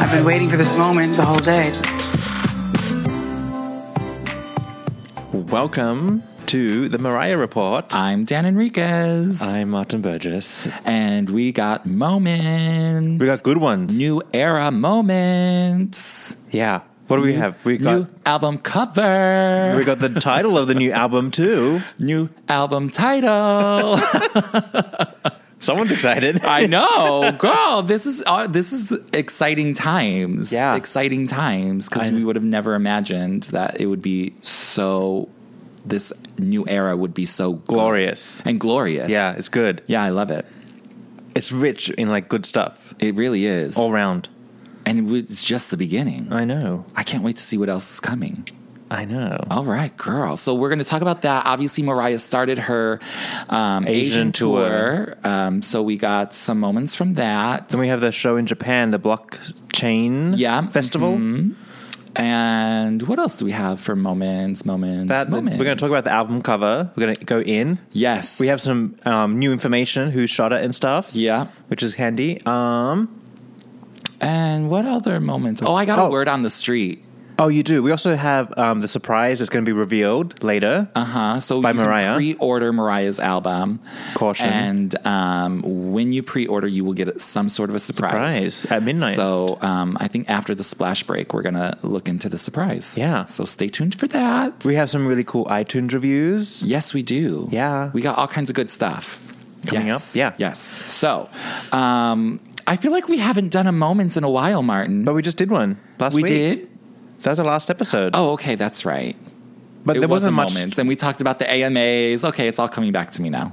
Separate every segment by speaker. Speaker 1: I've been waiting for this moment the whole day.
Speaker 2: Welcome to the Mariah Report.
Speaker 3: I'm Dan Enriquez.
Speaker 2: I'm Martin Burgess.
Speaker 3: and we got moments.
Speaker 2: We got good ones.
Speaker 3: new era moments.
Speaker 2: yeah. What do we have? We got
Speaker 3: new album cover.
Speaker 2: we got the title of the new album too.
Speaker 3: new album title.
Speaker 2: Someone's excited.
Speaker 3: I know, girl. This is uh, this is exciting times.
Speaker 2: Yeah.
Speaker 3: exciting times because we would have never imagined that it would be so. This new era would be so good
Speaker 2: Glorious.
Speaker 3: and glorious.
Speaker 2: Yeah, it's good.
Speaker 3: yeah, I love it.
Speaker 2: It's rich in like good stuff
Speaker 3: It really is.
Speaker 2: all round.
Speaker 3: and it's just the beginning.
Speaker 2: I know.
Speaker 3: I can't wait to see what else is coming.
Speaker 2: I know.
Speaker 3: All right, girl. So we're going to talk about that. Obviously, Mariah started her um, Asian,
Speaker 2: Asian
Speaker 3: tour. Um, so we got some moments from that.
Speaker 2: Then we have the show in Japan, the blockchain
Speaker 3: Yeah.
Speaker 2: festival.
Speaker 3: and what else do we have for moments? Moments.
Speaker 2: That we're
Speaker 3: moments.
Speaker 2: going to talk about the album cover. We're going to go in.
Speaker 3: Yes,
Speaker 2: We have some um, new information, who shot it and stuff.
Speaker 3: Yeah.
Speaker 2: which is handy. Um,
Speaker 3: And what other moments? Oh, I got
Speaker 2: Oh.
Speaker 3: a word on the street.
Speaker 2: oh, you do. We also have um, the surprise that's going to be revealed later.
Speaker 3: Uh huh. So
Speaker 2: By
Speaker 3: you can
Speaker 2: Mariah.
Speaker 3: pre-order Mariah's album.
Speaker 2: Caution.
Speaker 3: And um, when you pre-order, you will get some sort of a surprise,
Speaker 2: Surprise, at midnight.
Speaker 3: So um, I think after the splash break, we're gonna look into the surprise.
Speaker 2: Yeah.
Speaker 3: So stay tuned for that.
Speaker 2: We have some really cool iTunes reviews.
Speaker 3: Yes, we do.
Speaker 2: Yeah.
Speaker 3: We got all kinds of good stuff
Speaker 2: Coming
Speaker 3: Yes.
Speaker 2: up, yeah.
Speaker 3: Yes. So, um, I feel like we haven't done a moments in a while, Martin.
Speaker 2: But we just did one last
Speaker 3: we
Speaker 2: week.
Speaker 3: did.
Speaker 2: That was the last episode.
Speaker 3: Oh, okay, that's right.
Speaker 2: but
Speaker 3: it
Speaker 2: there
Speaker 3: was a
Speaker 2: wasn't much.
Speaker 3: moments, and we talked about the AMAs. Okay, it's all coming back to me now.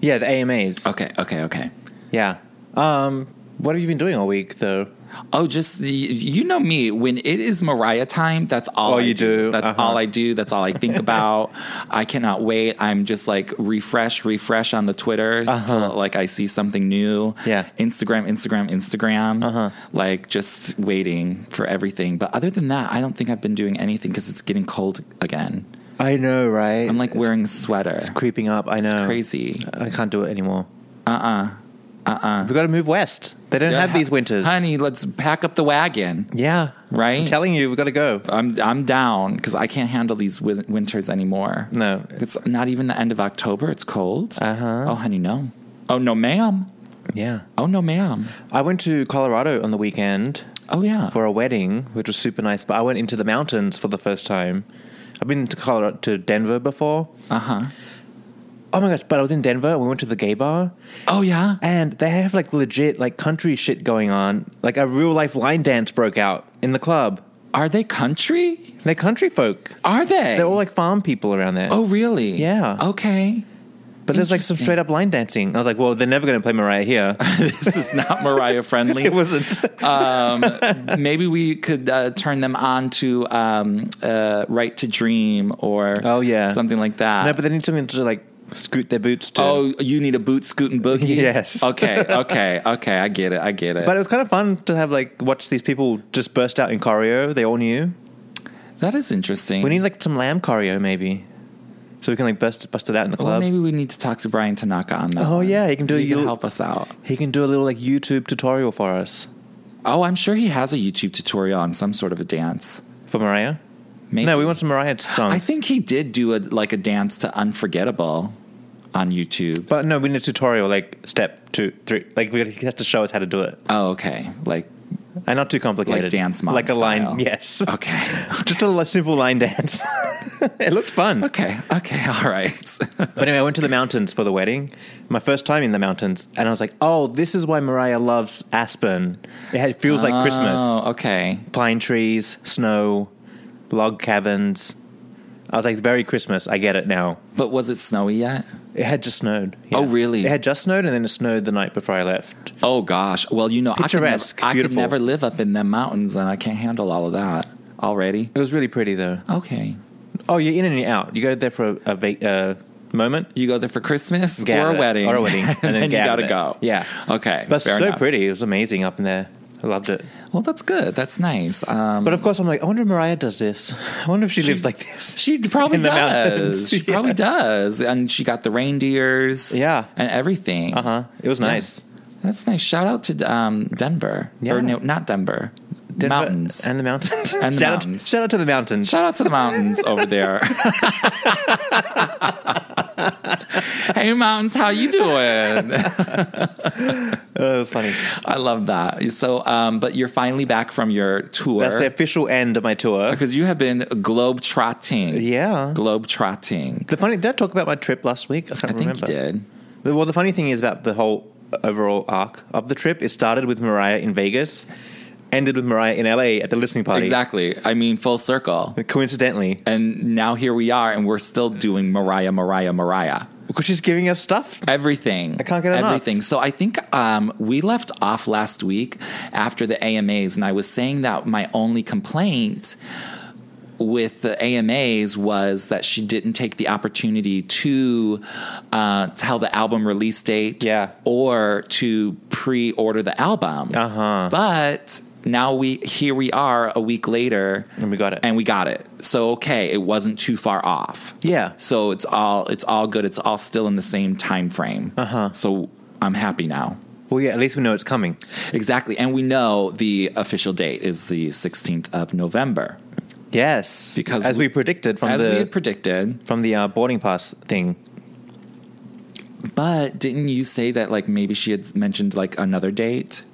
Speaker 2: Yeah, the AMAs.
Speaker 3: Okay, okay, okay.
Speaker 2: Yeah. Um, what have you been doing all week, though?
Speaker 3: Oh, just y- you know me. When it is Mariah time, that's all
Speaker 2: Oh,
Speaker 3: I
Speaker 2: you do?
Speaker 3: That's
Speaker 2: Uh-huh.
Speaker 3: all I do. That's all I think about. I cannot wait. I'm just like refresh, refresh on the Twitter till, like I see something new.
Speaker 2: Uh-huh. Yeah. Uh-huh.
Speaker 3: Instagram, Instagram, Instagram. Like just waiting for everything. But other than that, I don't think I've been doing anything because it's getting cold again.
Speaker 2: I know, right?
Speaker 3: I'm like
Speaker 2: it's,
Speaker 3: wearing a sweater.
Speaker 2: it's creeping up. I know.
Speaker 3: Crazy.
Speaker 2: I can't do it anymore. Uh uh-uh. uh. We've got to move west. They don't have these winters.
Speaker 3: honey. Let's pack up the wagon,
Speaker 2: Yeah.
Speaker 3: right?
Speaker 2: I'm telling you, we've got to go.
Speaker 3: I'm I'm down because I can't handle these win- winters anymore.
Speaker 2: No.
Speaker 3: it's not even the end of October. It's cold.
Speaker 2: Uh-huh.
Speaker 3: Oh, honey, no. Oh no, ma'am.
Speaker 2: Yeah.
Speaker 3: Oh no, ma'am.
Speaker 2: I went to Colorado on the weekend
Speaker 3: Oh yeah.
Speaker 2: for a wedding, which was super nice, but I went into the mountains for the first time. I've been to Colorado, to Denver before.
Speaker 3: uh huh.
Speaker 2: Oh my gosh, but I was in Denver and we went to the gay bar
Speaker 3: Oh yeah.
Speaker 2: and they have like legit like country shit going on. Like a real life line dance broke out in the club.
Speaker 3: Are they country?
Speaker 2: They're country folk.
Speaker 3: Are they?
Speaker 2: They're all like farm people around there.
Speaker 3: oh really?
Speaker 2: Yeah.
Speaker 3: Okay.
Speaker 2: but there's like some
Speaker 3: interesting.
Speaker 2: straight up line dancing. I was like, well, they're never going to play Mariah here.
Speaker 3: this is not Mariah friendly.
Speaker 2: it wasn't.
Speaker 3: Maybe we could uh, turn them on to um, uh, "Right to Dream" or
Speaker 2: Oh, yeah.
Speaker 3: something like that.
Speaker 2: no, but they need something to like scoot their boots to.
Speaker 3: Oh, you need a boot scootin' boogie?
Speaker 2: Yes.
Speaker 3: Okay, okay, okay. I get it. I get it.
Speaker 2: But it was kind of fun to have like watch these people just burst out in choreo. They all knew.
Speaker 3: that is interesting.
Speaker 2: We need like some lamb choreo maybe, so we can like bust bust it out in the
Speaker 3: well,
Speaker 2: club.
Speaker 3: maybe we need to talk to Brian Tanaka on that.
Speaker 2: Oh,
Speaker 3: one.
Speaker 2: yeah, he can do a
Speaker 3: He can
Speaker 2: little-
Speaker 3: help us out.
Speaker 2: he can do a little like YouTube tutorial for us.
Speaker 3: Oh, I'm sure he has a YouTube tutorial on some sort of a dance.
Speaker 2: for Mariah?
Speaker 3: Maybe.
Speaker 2: No, we want some Mariah songs.
Speaker 3: I think he did do a like a dance to Unforgettable on YouTube.
Speaker 2: But no, we need a tutorial, like step two, three. Like we he has to show us how to do it,
Speaker 3: Oh, okay. Like
Speaker 2: and not too complicated.
Speaker 3: Like Dance Mom
Speaker 2: like a line.
Speaker 3: style.
Speaker 2: Yes,
Speaker 3: okay.
Speaker 2: just a li- simple line dance. it looked fun.
Speaker 3: Okay. Okay. All right.
Speaker 2: But anyway, I went to the mountains for the wedding, my first time in the mountains, and I was like, "Oh, this is why Mariah loves Aspen. It had, feels like Christmas,
Speaker 3: Oh, okay.
Speaker 2: pine trees, snow, log cabins." I was like, "Very Christmas. I get it now."
Speaker 3: But was it snowy yet?
Speaker 2: It had just snowed.
Speaker 3: Oh, really?
Speaker 2: It had just snowed, and then it snowed the night before I left.
Speaker 3: Oh gosh. Well, you know, I could, never,
Speaker 2: Picturesque,
Speaker 3: I could
Speaker 2: beautiful.
Speaker 3: never live up in them mountains, and I can't handle all of that already.
Speaker 2: It was really pretty, though.
Speaker 3: Okay.
Speaker 2: Oh, you're in and you're out. You go there for a, a va- uh, moment.
Speaker 3: You go there for Christmas
Speaker 2: get
Speaker 3: or
Speaker 2: out
Speaker 3: a
Speaker 2: of it-
Speaker 3: wedding,
Speaker 2: or a wedding, and then,
Speaker 3: you
Speaker 2: get out
Speaker 3: gotta
Speaker 2: of
Speaker 3: go.
Speaker 2: it. Yeah,
Speaker 3: Okay.
Speaker 2: but
Speaker 3: fair
Speaker 2: so
Speaker 3: enough.
Speaker 2: pretty. It was amazing up in there. I loved it.
Speaker 3: Well, that's good. That's nice. Um,
Speaker 2: But of course, I'm like, I wonder if Mariah does this. I wonder if she, lives like this.
Speaker 3: she probably
Speaker 2: In the
Speaker 3: does.
Speaker 2: mountains.
Speaker 3: She
Speaker 2: Yeah.
Speaker 3: probably does. And she got the reindeers.
Speaker 2: Yeah.
Speaker 3: And everything.
Speaker 2: Uh huh. It was
Speaker 3: Uh-huh. Yeah.
Speaker 2: nice.
Speaker 3: That's nice. Shout out to um, Denver.
Speaker 2: Yeah.
Speaker 3: Or no, not Denver.
Speaker 2: Denver-
Speaker 3: Mountains.
Speaker 2: and the mountains
Speaker 3: And the
Speaker 2: shout Out,
Speaker 3: mountains.
Speaker 2: shout out to the mountains.
Speaker 3: Shout out to the mountains over there. hey mountains, how you doing?
Speaker 2: Oh, it was funny.
Speaker 3: I love that. So, um, but you're finally back from your tour.
Speaker 2: That's the official end of my tour.
Speaker 3: because you have been globe trotting.
Speaker 2: Yeah.
Speaker 3: globe trotting.
Speaker 2: The funny did I talk about my trip last week? I can't
Speaker 3: I think
Speaker 2: remember.
Speaker 3: you did.
Speaker 2: The- Well, the funny thing is about the whole overall arc of the trip. It started with Mariah in Vegas, ended with Mariah in LA at the listening party.
Speaker 3: Exactly. I mean, full circle.
Speaker 2: Coincidentally,
Speaker 3: And now here we are, and we're still doing Mariah, Mariah, Mariah.
Speaker 2: because she's giving us stuff.
Speaker 3: Everything. I
Speaker 2: can't get enough.
Speaker 3: everything. So I think um, we left off last week after the AMAs, and I was saying that my only complaint with the AMAs was that she didn't take the opportunity to uh, tell the album release date,
Speaker 2: Yeah.
Speaker 3: or to pre-order the album.
Speaker 2: Uh-huh.
Speaker 3: But now we here we are a week later,
Speaker 2: And we got it.
Speaker 3: and we got it. So okay, it wasn't too far off.
Speaker 2: Yeah.
Speaker 3: So it's all it's all good. It's all still in the same time frame. Uh-huh. So I'm happy now.
Speaker 2: Well, yeah. At least we know it's coming.
Speaker 3: Exactly. And we know the official date is the 16th of November
Speaker 2: Yes,
Speaker 3: Because
Speaker 2: as we,
Speaker 3: we-
Speaker 2: predicted from
Speaker 3: as
Speaker 2: the
Speaker 3: we had predicted.
Speaker 2: from the uh, boarding pass thing.
Speaker 3: But didn't you say that like maybe she had mentioned like another date?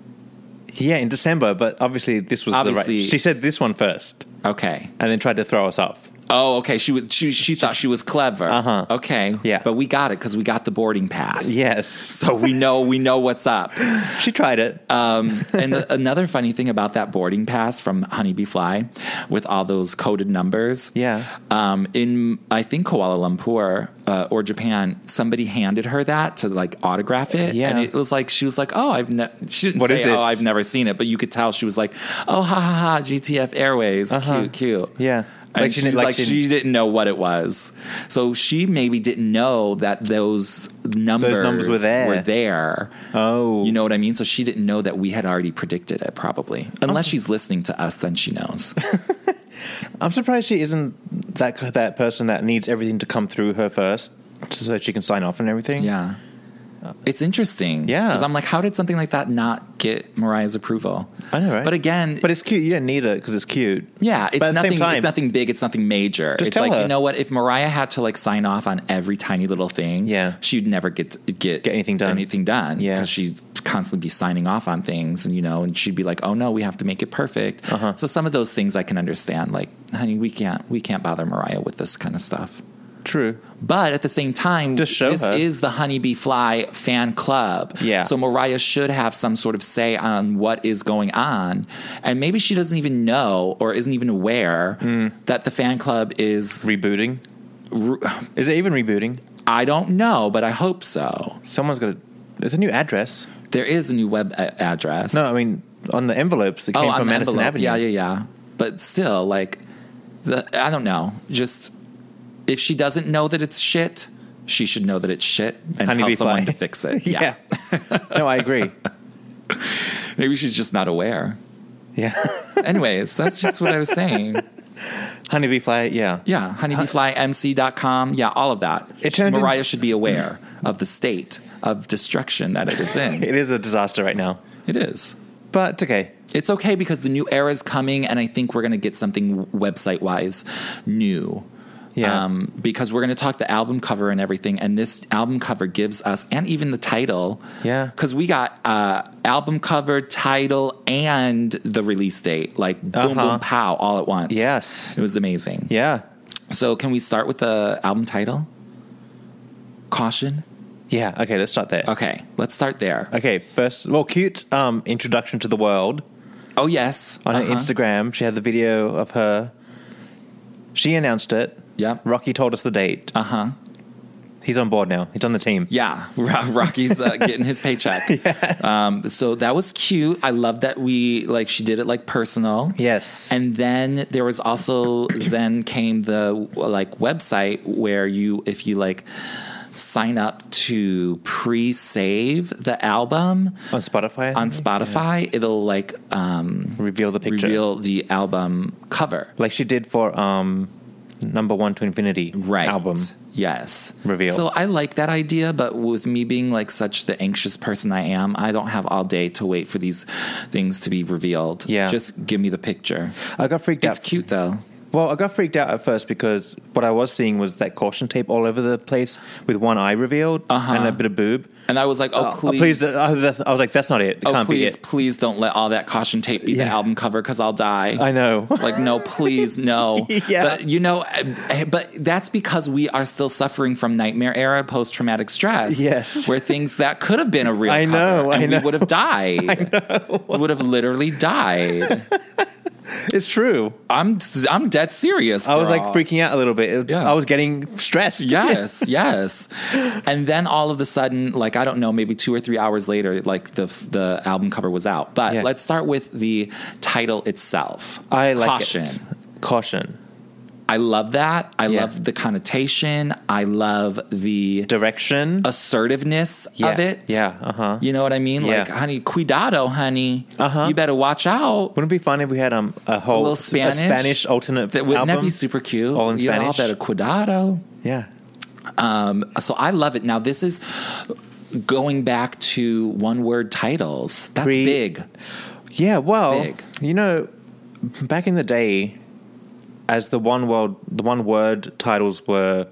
Speaker 2: Yeah, in December, but obviously this was the
Speaker 3: Obviously-
Speaker 2: right. She said this one first,
Speaker 3: Okay.
Speaker 2: and then tried to throw us off.
Speaker 3: Oh, okay. She was she, she thought she was clever.
Speaker 2: Uh-huh.
Speaker 3: Okay.
Speaker 2: Yeah.
Speaker 3: But we got it cuz we got the boarding pass.
Speaker 2: Yes,
Speaker 3: So we know we know what's up.
Speaker 2: she tried it.
Speaker 3: Um, and the- another funny thing about that boarding pass from Honeybee Fly with all those coded numbers.
Speaker 2: Yeah.
Speaker 3: Um, in, I think, Kuala Lumpur uh, or Japan, somebody handed her that to like autograph it.
Speaker 2: Yeah.
Speaker 3: And it was like, she was like, oh, I've never, she didn't
Speaker 2: What
Speaker 3: say,
Speaker 2: is this?
Speaker 3: oh, I've never seen it, but you could tell she was like, oh, ha ha ha, GTF Airways. Cute, cute.
Speaker 2: Uh-huh. Yeah.
Speaker 3: And
Speaker 2: Like she
Speaker 3: she,
Speaker 2: didn't- like
Speaker 3: like,
Speaker 2: she-
Speaker 3: she didn't know what it was. So she maybe didn't know that those numbers,
Speaker 2: numbers were there.
Speaker 3: Were there.
Speaker 2: oh,
Speaker 3: You know what I mean? So she didn't know that we had already predicted it, probably. Unless she's listening to us, then she knows.
Speaker 2: I'm surprised she isn't that that person that needs everything to come through her first, so that she can sign off and everything.
Speaker 3: yeah. It's interesting.
Speaker 2: Yeah.
Speaker 3: Because I'm like, how did something like that not get Mariah's approval?
Speaker 2: I know, right?
Speaker 3: But again,
Speaker 2: but it's cute. You don't need it because it's cute.
Speaker 3: yeah, it's
Speaker 2: but at the same
Speaker 3: nothing.
Speaker 2: time-
Speaker 3: It's nothing big. It's nothing major.
Speaker 2: Just
Speaker 3: it's
Speaker 2: tell
Speaker 3: like
Speaker 2: her.
Speaker 3: you know what? If Mariah had to like sign off on every tiny little thing,
Speaker 2: Yeah.
Speaker 3: she'd never get get
Speaker 2: Get anything done.
Speaker 3: Anything done,
Speaker 2: Yeah.
Speaker 3: because she'd constantly be signing off on things, and you know, and she'd be like, "Oh no, we have to make it perfect."
Speaker 2: Uh-huh.
Speaker 3: So some of those things I can understand. Like, honey, we can't we can't bother Mariah with this kind of stuff.
Speaker 2: True.
Speaker 3: But at the same time,
Speaker 2: Just show
Speaker 3: this
Speaker 2: her.
Speaker 3: is the Honeybee Fly fan club.
Speaker 2: Yeah.
Speaker 3: So Mariah should have some sort of say on what is going on. And maybe she doesn't even know or isn't even aware
Speaker 2: Hmm.
Speaker 3: that the fan club is.
Speaker 2: Rebooting.
Speaker 3: re-
Speaker 2: Is it even rebooting?
Speaker 3: I don't know, but I hope so.
Speaker 2: Someone's got. A, there's a new address.
Speaker 3: There is a new web a- address. Oh,
Speaker 2: No, I mean on the envelopes. It came
Speaker 3: on
Speaker 2: from
Speaker 3: the
Speaker 2: Madison
Speaker 3: envelope.
Speaker 2: Avenue.
Speaker 3: Yeah, yeah, yeah. But still, like, the I don't know. Just if she doesn't know that it's shit, she should know that it's shit and
Speaker 2: Honeybee
Speaker 3: tell someone
Speaker 2: Fly.
Speaker 3: to fix it.
Speaker 2: Yeah. no, I agree.
Speaker 3: Maybe she's just not aware.
Speaker 2: Yeah.
Speaker 3: Anyways, that's just what I was saying.
Speaker 2: Honeybee fly, yeah.
Speaker 3: Yeah, honeybeeflymc.com. Yeah, all of that.
Speaker 2: It turned
Speaker 3: Mariah
Speaker 2: in-
Speaker 3: should be aware of the state of destruction that it is in.
Speaker 2: It is a disaster right now.
Speaker 3: It is.
Speaker 2: But it's okay.
Speaker 3: It's okay because the new era is coming, and I think we're going to get something website wise new.
Speaker 2: Yeah.
Speaker 3: Um, because we're going to talk the album cover and everything, and this album cover gives us, and even the title.
Speaker 2: Yeah.
Speaker 3: Because we got uh, album cover, title, and the release date. Like boom,
Speaker 2: Uh-huh.
Speaker 3: boom, pow, all at once.
Speaker 2: Yes.
Speaker 3: It was amazing.
Speaker 2: Yeah.
Speaker 3: So, can we start with the album title? Caution.
Speaker 2: Yeah. Okay, let's start there.
Speaker 3: Okay, let's start there.
Speaker 2: Okay, first, well, cute um, introduction to the world
Speaker 3: Oh yes,
Speaker 2: on her
Speaker 3: Uh-huh.
Speaker 2: Instagram. She had the video of her. She announced it.
Speaker 3: Yep.
Speaker 2: Rocky told us the date.
Speaker 3: Uh huh.
Speaker 2: He's on board now. He's on the team.
Speaker 3: Yeah, Ro- Rocky's uh, getting his paycheck. um, so that was cute. I love that we like she did it like personal.
Speaker 2: Yes.
Speaker 3: And then there was also then came the like website where you if you like sign up to pre-save the album
Speaker 2: on Spotify. I
Speaker 3: on
Speaker 2: think?
Speaker 3: Spotify, it'll like um,
Speaker 2: Reveal the picture.
Speaker 3: reveal the album cover.
Speaker 2: Like she did for um, number one to infinity
Speaker 3: right
Speaker 2: album.
Speaker 3: yes
Speaker 2: reveal.
Speaker 3: so i like that idea but with me being like such the anxious person i am i don't have all day to wait for these things to be revealed
Speaker 2: Yeah. Uh,
Speaker 3: just give me the picture
Speaker 2: I got freaked
Speaker 3: it's
Speaker 2: out.
Speaker 3: cute though
Speaker 2: Well, I got freaked out at first because what I was seeing was that caution tape all over the place with one eye revealed
Speaker 3: Uh-huh.
Speaker 2: and a bit of boob.
Speaker 3: and i was like oh,
Speaker 2: Uh,
Speaker 3: please
Speaker 2: that- uh, that's- I was like, that's not it. It
Speaker 3: oh
Speaker 2: can't
Speaker 3: please
Speaker 2: be it.
Speaker 3: please don't let all that caution tape be the
Speaker 2: Yeah.
Speaker 3: album cover because i'll die
Speaker 2: I know.
Speaker 3: like no please no
Speaker 2: Yeah.
Speaker 3: but you know eh, but that's because we are still suffering from nightmare era post-traumatic stress
Speaker 2: Yes.
Speaker 3: where things that could have been a real
Speaker 2: I
Speaker 3: cover,
Speaker 2: know, I
Speaker 3: and
Speaker 2: know.
Speaker 3: we would have died we would have literally died
Speaker 2: it's true.
Speaker 3: i'm i'm dead serious
Speaker 2: I was like
Speaker 3: girl.
Speaker 2: freaking out a little bit. It-
Speaker 3: Yeah.
Speaker 2: I was getting stressed.
Speaker 3: Yes, yes. And then all of a sudden, like I don't know, maybe two or three hours later, like the the album cover was out. But
Speaker 2: Yeah.
Speaker 3: let's start with the title itself.
Speaker 2: I like
Speaker 3: caution.
Speaker 2: it. Caution.
Speaker 3: I love that. I
Speaker 2: Yeah.
Speaker 3: love the connotation. I love the
Speaker 2: Direction.
Speaker 3: assertiveness
Speaker 2: Yeah.
Speaker 3: of it.
Speaker 2: Yeah, uh-huh.
Speaker 3: You know what I mean?
Speaker 2: Yeah.
Speaker 3: Like, honey, cuidado, honey.
Speaker 2: Uh-huh.
Speaker 3: You better watch out.
Speaker 2: Wouldn't it be fun if we had um, a whole
Speaker 3: A little Spanish.
Speaker 2: Spanish alternate
Speaker 3: That, wouldn't
Speaker 2: album?
Speaker 3: that be super cute?
Speaker 2: All in
Speaker 3: You all
Speaker 2: Spanish.
Speaker 3: better cuidado.
Speaker 2: Yeah.
Speaker 3: Um, so I love it. Now this is going back to one word titles. That's
Speaker 2: Pre-
Speaker 3: big.
Speaker 2: Yeah, well,
Speaker 3: big.
Speaker 2: you know, back in the day, as the one world, the one word titles were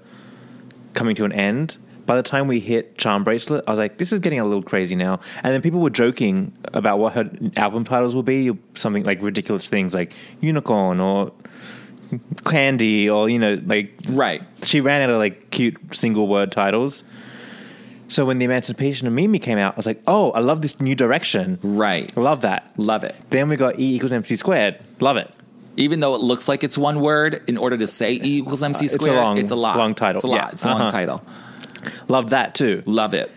Speaker 2: coming to an end. By the time we hit Charm Bracelet, I was like, "This is getting a little crazy now." And then people were joking about what her album titles will be, something like ridiculous things like Unicorn or Candy, or you know, like
Speaker 3: Right.
Speaker 2: she ran out of like cute single word titles. So when the Emancipation of Mimi came out, I was like, "Oh, I love this new direction.
Speaker 3: Right.
Speaker 2: Love that.
Speaker 3: Love it.
Speaker 2: Then we got E equals MC squared. Love it.
Speaker 3: Even though it looks like it's one word, in order to say E equals MC
Speaker 2: It's a
Speaker 3: squared,
Speaker 2: long-
Speaker 3: it's a lot.
Speaker 2: long title.
Speaker 3: It's a lot.
Speaker 2: Yeah.
Speaker 3: It's a long
Speaker 2: Uh-huh.
Speaker 3: title.
Speaker 2: Love that too.
Speaker 3: Love it.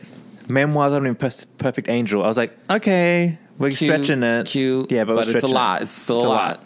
Speaker 2: Memoirs of an Imper- Perfect Angel. I was like, okay, we're
Speaker 3: Cute,
Speaker 2: stretching it.
Speaker 3: Cute.
Speaker 2: Yeah, but, we're
Speaker 3: it's a
Speaker 2: stretching
Speaker 3: lot.
Speaker 2: it.
Speaker 3: It's still a lot.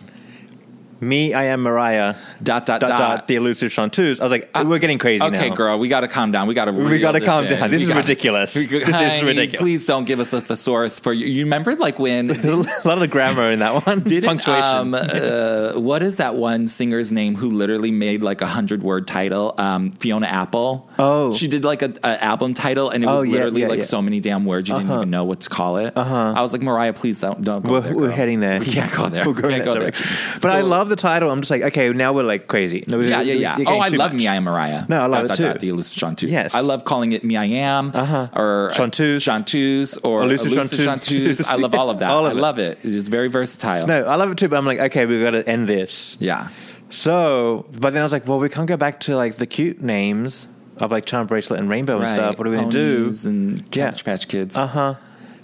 Speaker 2: Me, I am Mariah.
Speaker 3: Dot dot
Speaker 2: Dot,
Speaker 3: dot. Uh,
Speaker 2: dot, the elusive chanteuse. I was like, we're getting crazy now.
Speaker 3: Okay, girl, we got to calm down. We got to.
Speaker 2: We gotta calm down. This is ridiculous. This is ridiculous.
Speaker 3: Please don't give us a thesaurus for you. You remember, like when
Speaker 2: There's a lot of grammar in that one.
Speaker 3: Didn't,
Speaker 2: Punctuation.
Speaker 3: um, uh, what is that one singer's name who literally made like a hundred word title? Um, Fiona Apple.
Speaker 2: Oh.
Speaker 3: she did like a, a album title, and it was
Speaker 2: Oh, yeah,
Speaker 3: literally
Speaker 2: yeah,
Speaker 3: like
Speaker 2: yeah.
Speaker 3: so many damn words you didn't even know what to call it. Uh-huh. I was like, Mariah, please don't don't go
Speaker 2: we're,
Speaker 3: there.
Speaker 2: we're
Speaker 3: girl.
Speaker 2: heading there.
Speaker 3: We can't go there.
Speaker 2: We're
Speaker 3: We
Speaker 2: going
Speaker 3: can't
Speaker 2: that
Speaker 3: go there.
Speaker 2: direction. But I
Speaker 3: So-
Speaker 2: love the title. I'm just like, okay, now we're like crazy. No,
Speaker 3: Yeah, yeah, yeah. Oh, I love
Speaker 2: me.
Speaker 3: Me I Am Mariah.
Speaker 2: No, I love
Speaker 3: dot,
Speaker 2: it
Speaker 3: dot,
Speaker 2: too.
Speaker 3: Dot, the elusive chanteuse.
Speaker 2: Yes.
Speaker 3: I love calling it Me I Am
Speaker 2: Uh-huh.
Speaker 3: or
Speaker 2: Chanteuse.
Speaker 3: chanteuse or
Speaker 2: Elusive
Speaker 3: elusive,
Speaker 2: chanteuse.
Speaker 3: chanteuse. I love all of that.
Speaker 2: All of
Speaker 3: I
Speaker 2: it.
Speaker 3: love it. It's very versatile.
Speaker 2: No, I love it too. But I'm like, okay, we've got to end this.
Speaker 3: Yeah.
Speaker 2: So, but then I was like, well, we can't go back to like the cute names of like Charm Bracelet and Rainbow and stuff. What are we going to do?
Speaker 3: Ponies And
Speaker 2: Yeah.
Speaker 3: Cabbage Patch Kids.
Speaker 2: Uh huh.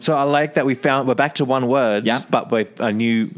Speaker 2: So I like that we found we're back to one word,
Speaker 3: Yeah.
Speaker 2: but with a new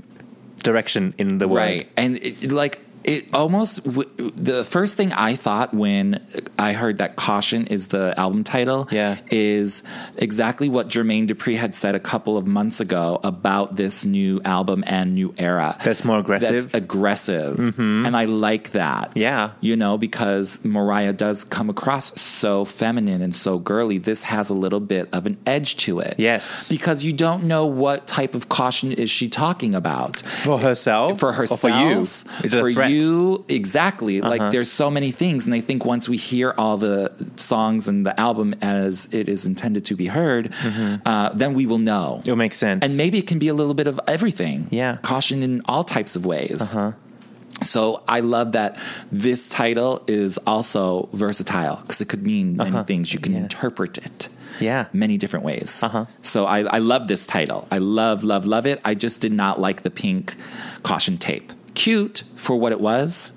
Speaker 2: direction in the word.
Speaker 3: right. And it, it, like it almost w- the first thing I thought when I heard that caution is the album title.
Speaker 2: Yeah.
Speaker 3: is exactly what Jermaine Dupri had said a couple of months ago about this new album and new era.
Speaker 2: That's more aggressive. Mm-hmm.
Speaker 3: That's aggressive, and I like that.
Speaker 2: Yeah.
Speaker 3: you know, because Mariah does come across so feminine and so girly. This has a little bit of an edge to it.
Speaker 2: Yes.
Speaker 3: because you don't know what type of caution is she talking about
Speaker 2: For herself,
Speaker 3: for
Speaker 2: or
Speaker 3: herself,
Speaker 2: Oh, for you, it's a
Speaker 3: for
Speaker 2: threat. Uh-huh. Correct.
Speaker 3: you exactly like there's so many things and i think once we hear all the songs and the album as it is intended to be heard
Speaker 2: Mm-hmm.
Speaker 3: uh, then we will know
Speaker 2: It'll make sense.
Speaker 3: and maybe it can be a little bit of everything
Speaker 2: Yeah. Uh-huh.
Speaker 3: caution in all types of ways so i love that this title is also versatile because it could mean many things you can
Speaker 2: Uh-huh. Yeah.
Speaker 3: interpret it
Speaker 2: Yeah.
Speaker 3: many different ways
Speaker 2: Uh-huh.
Speaker 3: so I, I love this title i love love love it i just did not like the pink caution tape cute for what it was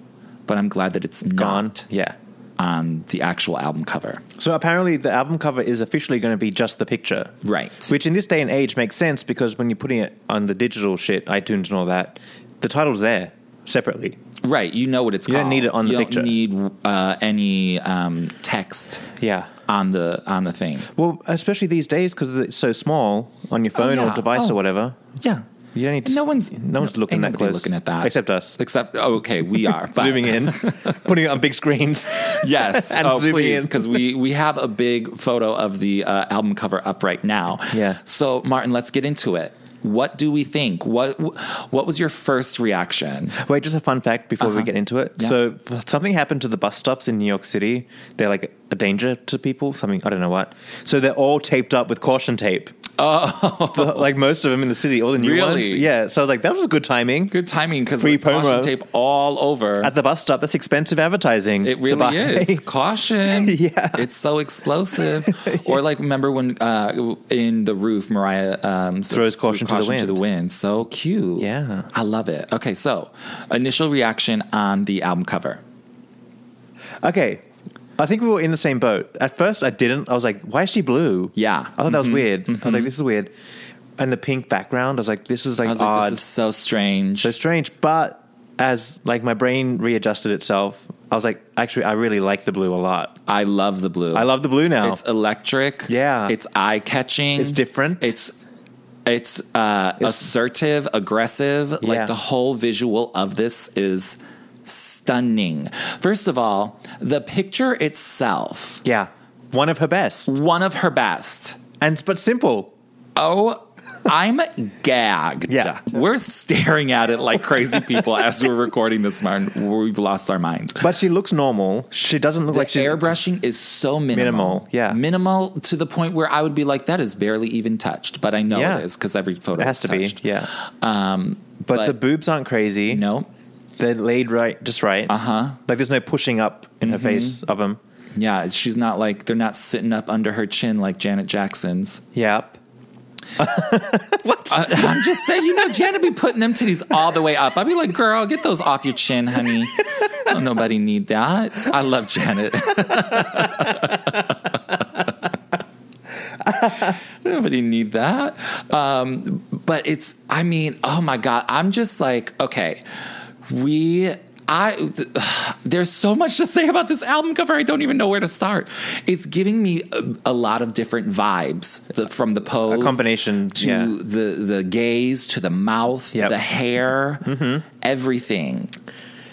Speaker 3: but i'm glad that it's
Speaker 2: gone.
Speaker 3: not
Speaker 2: Yeah.
Speaker 3: on the actual album cover
Speaker 2: So apparently, the album cover is officially going to be just the picture,
Speaker 3: Right.
Speaker 2: Which in this day and age makes sense because when you're putting it on the digital shit, iTunes and all that, the title's there separately.
Speaker 3: right you know what it's
Speaker 2: You don't
Speaker 3: called.
Speaker 2: need it on the
Speaker 3: you
Speaker 2: picture.
Speaker 3: don't need uh, any um, text
Speaker 2: Yeah.
Speaker 3: on the on the thing
Speaker 2: Well, especially these days because it's so small on your phone or
Speaker 3: yeah.
Speaker 2: device
Speaker 3: Oh.
Speaker 2: or whatever.
Speaker 3: yeah
Speaker 2: You don't need to,
Speaker 3: no one's
Speaker 2: no one's looking that
Speaker 3: ain't nobody
Speaker 2: close
Speaker 3: looking at that
Speaker 2: except us
Speaker 3: except oh, okay we are but-
Speaker 2: zooming in, putting it on big screens.
Speaker 3: Yes,
Speaker 2: And
Speaker 3: oh,
Speaker 2: zooming
Speaker 3: please,
Speaker 2: in.
Speaker 3: because we we have a big photo of the uh, album cover up right now.
Speaker 2: Yeah.
Speaker 3: So, Martin, let's get into it. What do we think? What what was your first reaction?
Speaker 2: Wait, just a fun fact before we get into it.
Speaker 3: Uh-huh. Yeah.
Speaker 2: So f- something happened to the bus stops in New York City. They're like a danger to people. Something I don't know what. So they're all taped up with caution tape. Oh, like most of them in the city, all the new
Speaker 3: Really?
Speaker 2: ones. Yeah. So I was like, that was good timing
Speaker 3: Good timing because
Speaker 2: Free
Speaker 3: the caution
Speaker 2: promo.
Speaker 3: tape all over.
Speaker 2: at the bus stop. That's expensive advertising.
Speaker 3: it
Speaker 2: to
Speaker 3: really
Speaker 2: buy.
Speaker 3: is caution.
Speaker 2: Yeah.
Speaker 3: it's so explosive. Or like, remember when uh, in the roof, Mariah um, says,
Speaker 2: Throws caution
Speaker 3: "Through
Speaker 2: to the
Speaker 3: to the
Speaker 2: wind."
Speaker 3: wind. So cute.
Speaker 2: Yeah.
Speaker 3: I love it. Okay, so initial reaction on the album cover.
Speaker 2: okay. I think we were in the same boat. At first, I didn't. I was like, why is she blue?
Speaker 3: Yeah. Mm-hmm.
Speaker 2: I thought that was weird. I was like, this is weird. And the pink background, I was like, this is like
Speaker 3: I was like,
Speaker 2: odd.
Speaker 3: this is so strange.
Speaker 2: so strange. But as like my brain readjusted itself, I was like, actually, I really like the blue a lot.
Speaker 3: I love the blue.
Speaker 2: I love the blue now.
Speaker 3: It's electric.
Speaker 2: Yeah.
Speaker 3: It's eye catching.
Speaker 2: It's different.
Speaker 3: It's it's, uh, assertive, aggressive.
Speaker 2: Yeah.
Speaker 3: Like the whole visual of this is stunning. First of all, the picture itself,
Speaker 2: yeah, one of her best,
Speaker 3: one of her best.
Speaker 2: and but simple.
Speaker 3: Oh, I'm gagged.
Speaker 2: Yeah.
Speaker 3: We're staring at it like crazy people as we're recording this, Martin. We've lost our mind.
Speaker 2: But she looks normal. She doesn't look
Speaker 3: The
Speaker 2: like she's
Speaker 3: airbrushing is so minimal.
Speaker 2: Minimal, yeah.
Speaker 3: Minimal to the point where I would be like, that is barely even touched. But I know
Speaker 2: Yeah.
Speaker 3: it is because every photo
Speaker 2: It has
Speaker 3: is
Speaker 2: to
Speaker 3: touched.
Speaker 2: be, yeah.
Speaker 3: Um,
Speaker 2: But,
Speaker 3: but,
Speaker 2: the boobs aren't crazy.
Speaker 3: no,
Speaker 2: they're laid right, just right. Uh
Speaker 3: Uh-huh. Mm-hmm.
Speaker 2: Like there's no pushing up in her face of them.
Speaker 3: yeah, she's not like they're not sitting up under her chin like Janet Jackson's.
Speaker 2: Yep.
Speaker 3: I, I'm just saying, you know, Janet be putting them titties all the way up. I'd be like, girl, get those off your chin, honey. Don't nobody need that. I love Janet. Nobody need that. Um, but it's, I mean, oh my God. I'm just like, okay, we, I, there's so much to say about this album cover. I don't even know where to start. It's giving me a, a lot of different vibes the, from the pose,
Speaker 2: combination,
Speaker 3: to
Speaker 2: yeah.
Speaker 3: the the gaze, to the mouth,
Speaker 2: Yep. Mm-hmm.
Speaker 3: the hair, everything.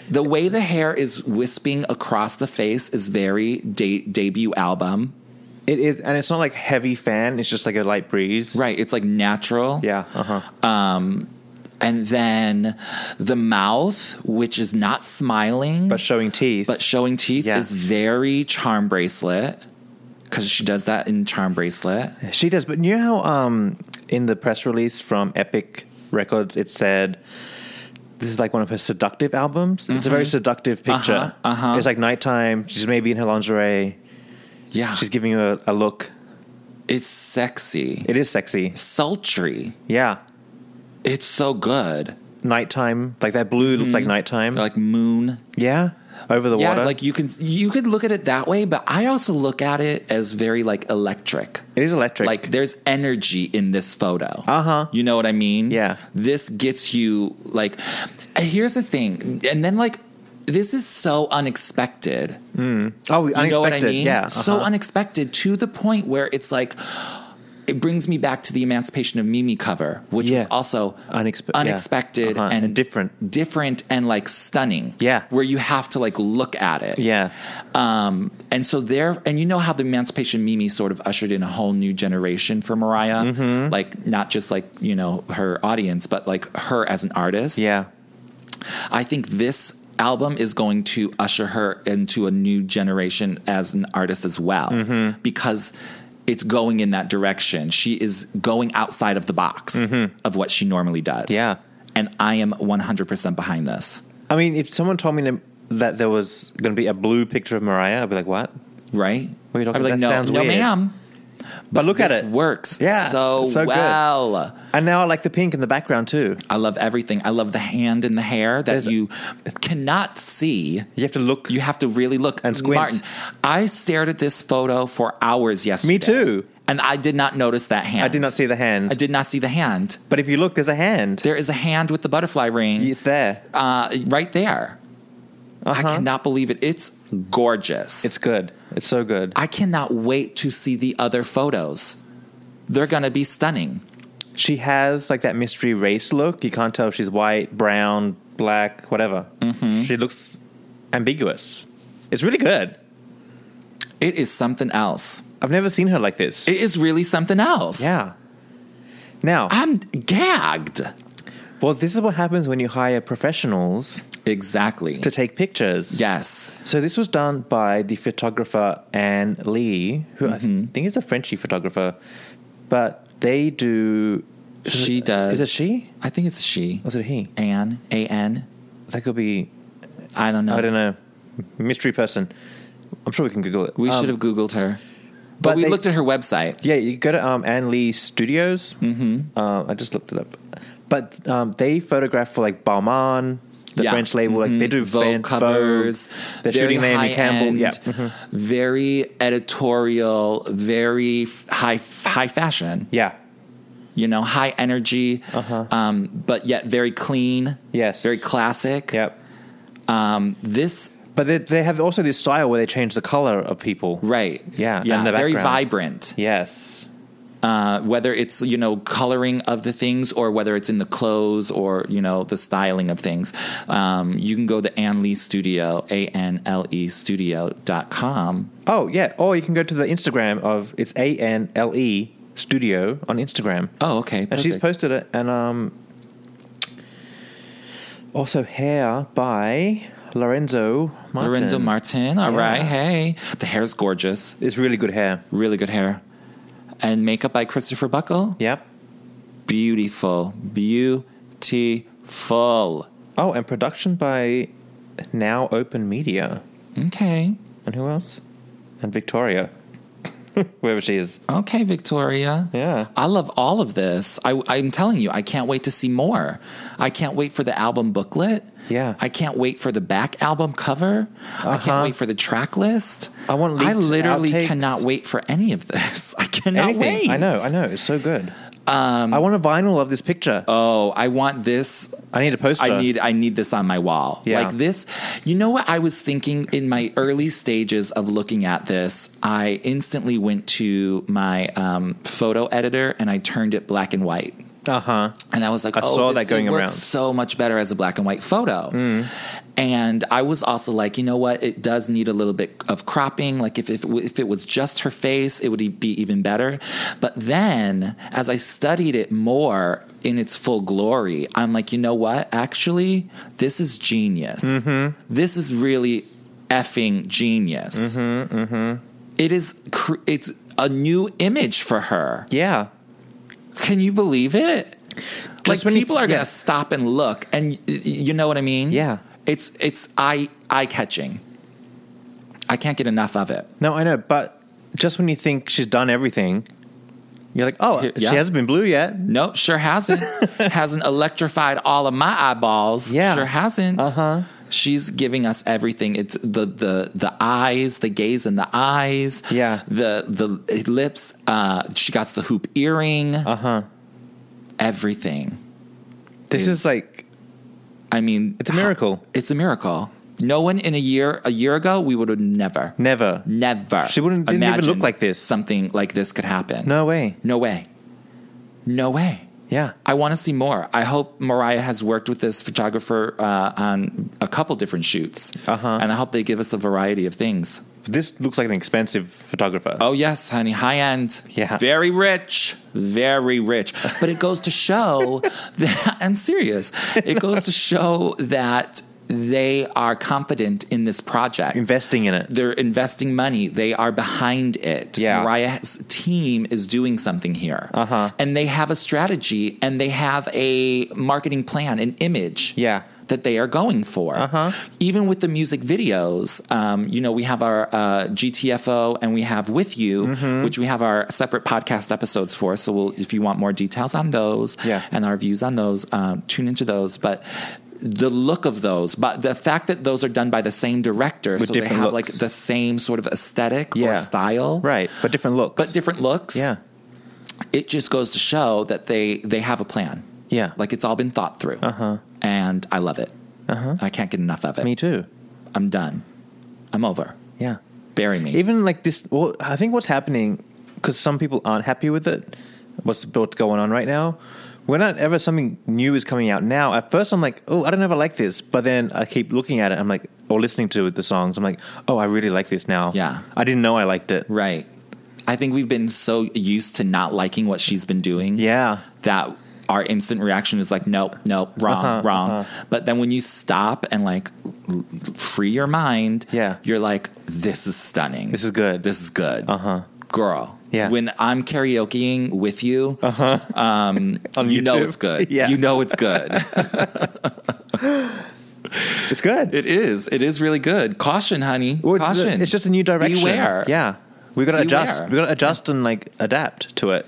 Speaker 3: The way the hair is wisping across the face is very de- debut album.
Speaker 2: It is, and it's not like heavy fan. It's just like a light breeze.
Speaker 3: Right. It's like natural.
Speaker 2: Yeah. Uh huh.
Speaker 3: Um, and then the mouth, which is not smiling,
Speaker 2: But showing teeth.
Speaker 3: Um, but showing teeth,
Speaker 2: Yeah.
Speaker 3: is very charm bracelet because she does that in charm bracelet.
Speaker 2: She does, but you know how um, in the press release from Epic Records it said this is like one of her seductive albums. It's a very seductive picture.
Speaker 3: Mm-hmm. Uh-huh, uh-huh.
Speaker 2: It's like nighttime. She's maybe in her lingerie.
Speaker 3: Yeah.
Speaker 2: She's giving you a, a look.
Speaker 3: it's sexy,
Speaker 2: It is sexy.
Speaker 3: sultry.
Speaker 2: Yeah,
Speaker 3: It's so good.
Speaker 2: nighttime. Like that blue looks like nighttime.
Speaker 3: Mm-hmm. Like moon.
Speaker 2: yeah, over the
Speaker 3: Yeah,
Speaker 2: water.
Speaker 3: like you can you could look at it that way, but I also look at it as very like electric.
Speaker 2: it is electric.
Speaker 3: Like there's energy in this photo.
Speaker 2: Uh-huh.
Speaker 3: You know what I mean?
Speaker 2: Yeah.
Speaker 3: This gets you like and here's the thing. And then like this is so unexpected.
Speaker 2: oh, unexpected.
Speaker 3: You know what I mean?
Speaker 2: Yeah,
Speaker 3: So
Speaker 2: uh-huh.
Speaker 3: unexpected to the point where it's like it brings me back to the Emancipation of Mimi cover, which
Speaker 2: Yeah.
Speaker 3: was also
Speaker 2: Unexpe- yeah.
Speaker 3: unexpected
Speaker 2: Uh-huh.
Speaker 3: and,
Speaker 2: And different.
Speaker 3: different and like stunning.
Speaker 2: Yeah.
Speaker 3: where you have to like look at it.
Speaker 2: yeah,
Speaker 3: Um, and so there, and you know how the Emancipation Mimi sort of ushered in a whole new generation for Mariah,
Speaker 2: Mm-hmm.
Speaker 3: like not just like you know her audience, but like her as an artist.
Speaker 2: yeah.
Speaker 3: I think this album is going to usher her into a new generation as an artist as well
Speaker 2: Mm-hmm.
Speaker 3: because it's going in that direction. She is going outside of the box of what she normally does.
Speaker 2: Mm-hmm. Yeah.
Speaker 3: And I am 100% behind this.
Speaker 2: I mean, if someone told me that there was going to be a blue picture of Mariah, I'd be like, what?
Speaker 3: right?
Speaker 2: What are you talking
Speaker 3: I'd be
Speaker 2: about?
Speaker 3: like,
Speaker 2: That
Speaker 3: no,
Speaker 2: sounds
Speaker 3: no,
Speaker 2: weird.
Speaker 3: ma'am.
Speaker 2: But look at
Speaker 3: this
Speaker 2: it.
Speaker 3: works
Speaker 2: Yeah,
Speaker 3: so,
Speaker 2: so good.
Speaker 3: well.
Speaker 2: And now I like the pink in the background too.
Speaker 3: I love everything. I love the hand and the hair that
Speaker 2: There's-
Speaker 3: you cannot see.
Speaker 2: You have to look.
Speaker 3: You have to really look.
Speaker 2: And squint.
Speaker 3: Martin, I stared at this photo for hours yesterday.
Speaker 2: Me too.
Speaker 3: And I did not notice that hand.
Speaker 2: I did not see the hand.
Speaker 3: I did not see the hand.
Speaker 2: But if you look, there's a hand.
Speaker 3: There is a hand with the butterfly ring
Speaker 2: it's there.
Speaker 3: uh, right there. I cannot believe it. It's gorgeous.
Speaker 2: Uh-huh. It's good. It's so good.
Speaker 3: I cannot wait to see the other photos. They're going to be stunning.
Speaker 2: She has like that mystery race look. You can't tell if she's white, brown, black, whatever.
Speaker 3: Mm-hmm.
Speaker 2: She looks ambiguous. It's really good.
Speaker 3: It is something else.
Speaker 2: I've never seen her like this.
Speaker 3: It is really something else.
Speaker 2: yeah. Now,
Speaker 3: I'm gagged.
Speaker 2: well, this is what happens when you hire professionals
Speaker 3: Exactly.
Speaker 2: to take pictures.
Speaker 3: Yes.
Speaker 2: So this was done by the photographer Anne Lee, who
Speaker 3: Mm-hmm.
Speaker 2: I think is a Frenchy photographer, but they do.
Speaker 3: She does.
Speaker 2: Is it she?
Speaker 3: I think it's a she.
Speaker 2: Or is it he?
Speaker 3: Anne. A N.
Speaker 2: That could be.
Speaker 3: I don't know.
Speaker 2: I don't know. Mystery person. I'm sure we can Google it.
Speaker 3: We
Speaker 2: Um,
Speaker 3: should have Googled her. But,
Speaker 2: but
Speaker 3: we
Speaker 2: they-
Speaker 3: looked at her website.
Speaker 2: Yeah, you go to um, Anne Lee Studios. Mm-hmm. Uh, I just looked it up, but um, they photograph for like Balmain, the
Speaker 3: Yeah. Mm-hmm.
Speaker 2: French label. Like they do
Speaker 3: Vogue
Speaker 2: fan-
Speaker 3: covers.
Speaker 2: Vogue. They're
Speaker 3: very
Speaker 2: shooting Naomi Campbell.
Speaker 3: high-end,
Speaker 2: Yeah, Mm-hmm.
Speaker 3: Very editorial, very f- high high fashion.
Speaker 2: yeah.
Speaker 3: you know, high energy, um, but yet very clean.
Speaker 2: Uh-huh. Yes.
Speaker 3: Very classic.
Speaker 2: Yep.
Speaker 3: Um, this,
Speaker 2: But they, they have also this style where they change the color of people.
Speaker 3: right.
Speaker 2: Yeah,
Speaker 3: Yeah.
Speaker 2: and the
Speaker 3: very
Speaker 2: background.
Speaker 3: vibrant.
Speaker 2: Yes.
Speaker 3: Uh, whether it's, you know, coloring of the things or whether it's in the clothes or, you know, the styling of things. Um, you can go to Ann Lee Studio, A N L E Studio.com.
Speaker 2: Oh yeah. Or you can go to the Instagram of it's A N L E Studio on Instagram,
Speaker 3: Oh, okay.
Speaker 2: and she's
Speaker 3: perfect.
Speaker 2: posted it. And um, also hair by Lorenzo Martin.
Speaker 3: Lorenzo Martin. All
Speaker 2: Yeah.
Speaker 3: right. Hey. The hair's gorgeous.
Speaker 2: It's really good hair.
Speaker 3: Really good hair. And makeup by Christopher Buckle.
Speaker 2: Yep.
Speaker 3: beautiful, beautiful.
Speaker 2: Oh, and production by Now Open Media.
Speaker 3: Okay,
Speaker 2: And who else? And Victoria, wherever she is.
Speaker 3: okay, Victoria.
Speaker 2: Yeah.
Speaker 3: I love all of this. I, I'm telling you, I can't wait to see more. I can't wait for the album booklet.
Speaker 2: Yeah.
Speaker 3: I can't wait for the back album cover. I
Speaker 2: Uh-huh.
Speaker 3: can't wait for the track list.
Speaker 2: I want
Speaker 3: I
Speaker 2: leaked
Speaker 3: literally
Speaker 2: outtakes.
Speaker 3: cannot wait for any of this. I cannot
Speaker 2: Anything.
Speaker 3: wait.
Speaker 2: I know. I know. It's so good. Um, I want a vinyl of this picture.
Speaker 3: Oh, I want this
Speaker 2: I need a poster.
Speaker 3: I need I need this on my wall.
Speaker 2: Yeah.
Speaker 3: Like this. You know what I was thinking in my early stages of looking at this? I instantly went to my um, photo editor and I turned it black and white.
Speaker 2: Uh huh.
Speaker 3: And I was like,
Speaker 2: I
Speaker 3: oh,
Speaker 2: saw that
Speaker 3: it's-
Speaker 2: going
Speaker 3: it works
Speaker 2: around. Mm.
Speaker 3: so much better as a black and white photo. And I was also like, you know what? It does need a little bit of cropping. Like if if, if it was just her face, it would e, be even better. But then, as I studied it more in its full glory, I'm like, you know what? Actually, this is genius.
Speaker 2: Mm-hmm.
Speaker 3: This is really effing genius.
Speaker 2: Mm-hmm,
Speaker 3: It is. Cr- it's a new image for her.
Speaker 2: Yeah.
Speaker 3: Can you believe it?
Speaker 2: Just
Speaker 3: like
Speaker 2: when you-
Speaker 3: people are going to
Speaker 2: yeah.
Speaker 3: stop and look, and y- y- you know what I mean?
Speaker 2: Yeah.
Speaker 3: It's it's eye eye catching. I can't get enough of it.
Speaker 2: No, I know. But just when you think she's done everything, you're like, oh,
Speaker 3: Here- yeah.
Speaker 2: she hasn't been blue yet.
Speaker 3: Nope, sure hasn't. hasn't electrified all of my eyeballs.
Speaker 2: Yeah.
Speaker 3: sure hasn't.
Speaker 2: Uh-huh.
Speaker 3: She's giving us everything. It's the the the eyes, the gaze in the eyes.
Speaker 2: Yeah.
Speaker 3: The the lips. Uh, she got the hoop earring.
Speaker 2: Uh huh.
Speaker 3: Everything.
Speaker 2: This is
Speaker 3: It's-
Speaker 2: like,
Speaker 3: I mean,
Speaker 2: it's a miracle.
Speaker 3: It's a miracle. No one in a year, a year ago, we would have never,
Speaker 2: Never.
Speaker 3: never.
Speaker 2: She wouldn't- didn't even
Speaker 3: imagined
Speaker 2: look like this.
Speaker 3: Something like this could happen.
Speaker 2: No way.
Speaker 3: no way, no way.
Speaker 2: Yeah.
Speaker 3: I want to see more. I hope Mariah has worked with this photographer uh, on a couple different shoots,
Speaker 2: Uh-huh.
Speaker 3: and I hope they give us a variety of things.
Speaker 2: This looks like an expensive photographer.
Speaker 3: Oh yes, honey, high end.
Speaker 2: Yeah.
Speaker 3: Very rich. Very rich. But it goes to show that I'm serious. It goes to show that they are confident in this project.
Speaker 2: Investing in it.
Speaker 3: They're investing money. They are behind it.
Speaker 2: Yeah.
Speaker 3: Mariah's team is doing something here.
Speaker 2: Uh-huh.
Speaker 3: And they have a strategy and they have a marketing plan, an image
Speaker 2: Yeah.
Speaker 3: that they are going for.
Speaker 2: Uh-huh.
Speaker 3: Even with the music videos, um, you know, we have our uh, GTFO and we have With You,
Speaker 2: Mm-hmm.
Speaker 3: which we have our separate podcast episodes for. So we'll, if you want more details on those
Speaker 2: Yeah.
Speaker 3: and our views on those, um, tune into those. But the look of those, but the fact that those are done by the same director, so they
Speaker 2: different
Speaker 3: have like
Speaker 2: looks.
Speaker 3: the same sort of aesthetic
Speaker 2: Yeah.
Speaker 3: or style,
Speaker 2: Right. But different looks.
Speaker 3: But different looks.
Speaker 2: Yeah.
Speaker 3: it just goes to show that they they have a plan.
Speaker 2: Yeah.
Speaker 3: Like it's all been thought through.
Speaker 2: Uh-huh.
Speaker 3: And I love it.
Speaker 2: Uh-huh.
Speaker 3: I can't get enough of it.
Speaker 2: me too.
Speaker 3: I'm done. I'm over.
Speaker 2: Yeah.
Speaker 3: Bury me.
Speaker 2: Even like this. Well, I think what's happening because some people aren't happy with it. What's what's going on right now? Whenever something new is coming out now, at first I'm like, oh, I don't ever like this. But then I keep looking at it. I'm like, or listening to the songs. I'm like, oh, I really like this now.
Speaker 3: Yeah.
Speaker 2: I didn't know I liked it.
Speaker 3: right. I think we've been so used to not liking what she's been doing.
Speaker 2: Yeah.
Speaker 3: That our instant reaction is like, nope, nope, wrong,
Speaker 2: Uh-huh,
Speaker 3: wrong.
Speaker 2: uh-huh.
Speaker 3: But then when you stop and like l- l- free your mind,
Speaker 2: Yeah.
Speaker 3: you're like, this is stunning.
Speaker 2: This is good.
Speaker 3: This is good. Uh
Speaker 2: Uh-huh.
Speaker 3: Girl.
Speaker 2: Yeah.
Speaker 3: When I'm karaokeing with you, uh-huh. um,
Speaker 2: On
Speaker 3: you know
Speaker 2: YouTube.
Speaker 3: it's good.
Speaker 2: Yeah.
Speaker 3: You know it's good.
Speaker 2: It's good.
Speaker 3: It is. It is really good. Caution, honey.
Speaker 2: Well, it's-
Speaker 3: Caution.
Speaker 2: It's just a new direction.
Speaker 3: Beware.
Speaker 2: Yeah. We gotta
Speaker 3: Beware.
Speaker 2: adjust. We gotta adjust and like adapt to it.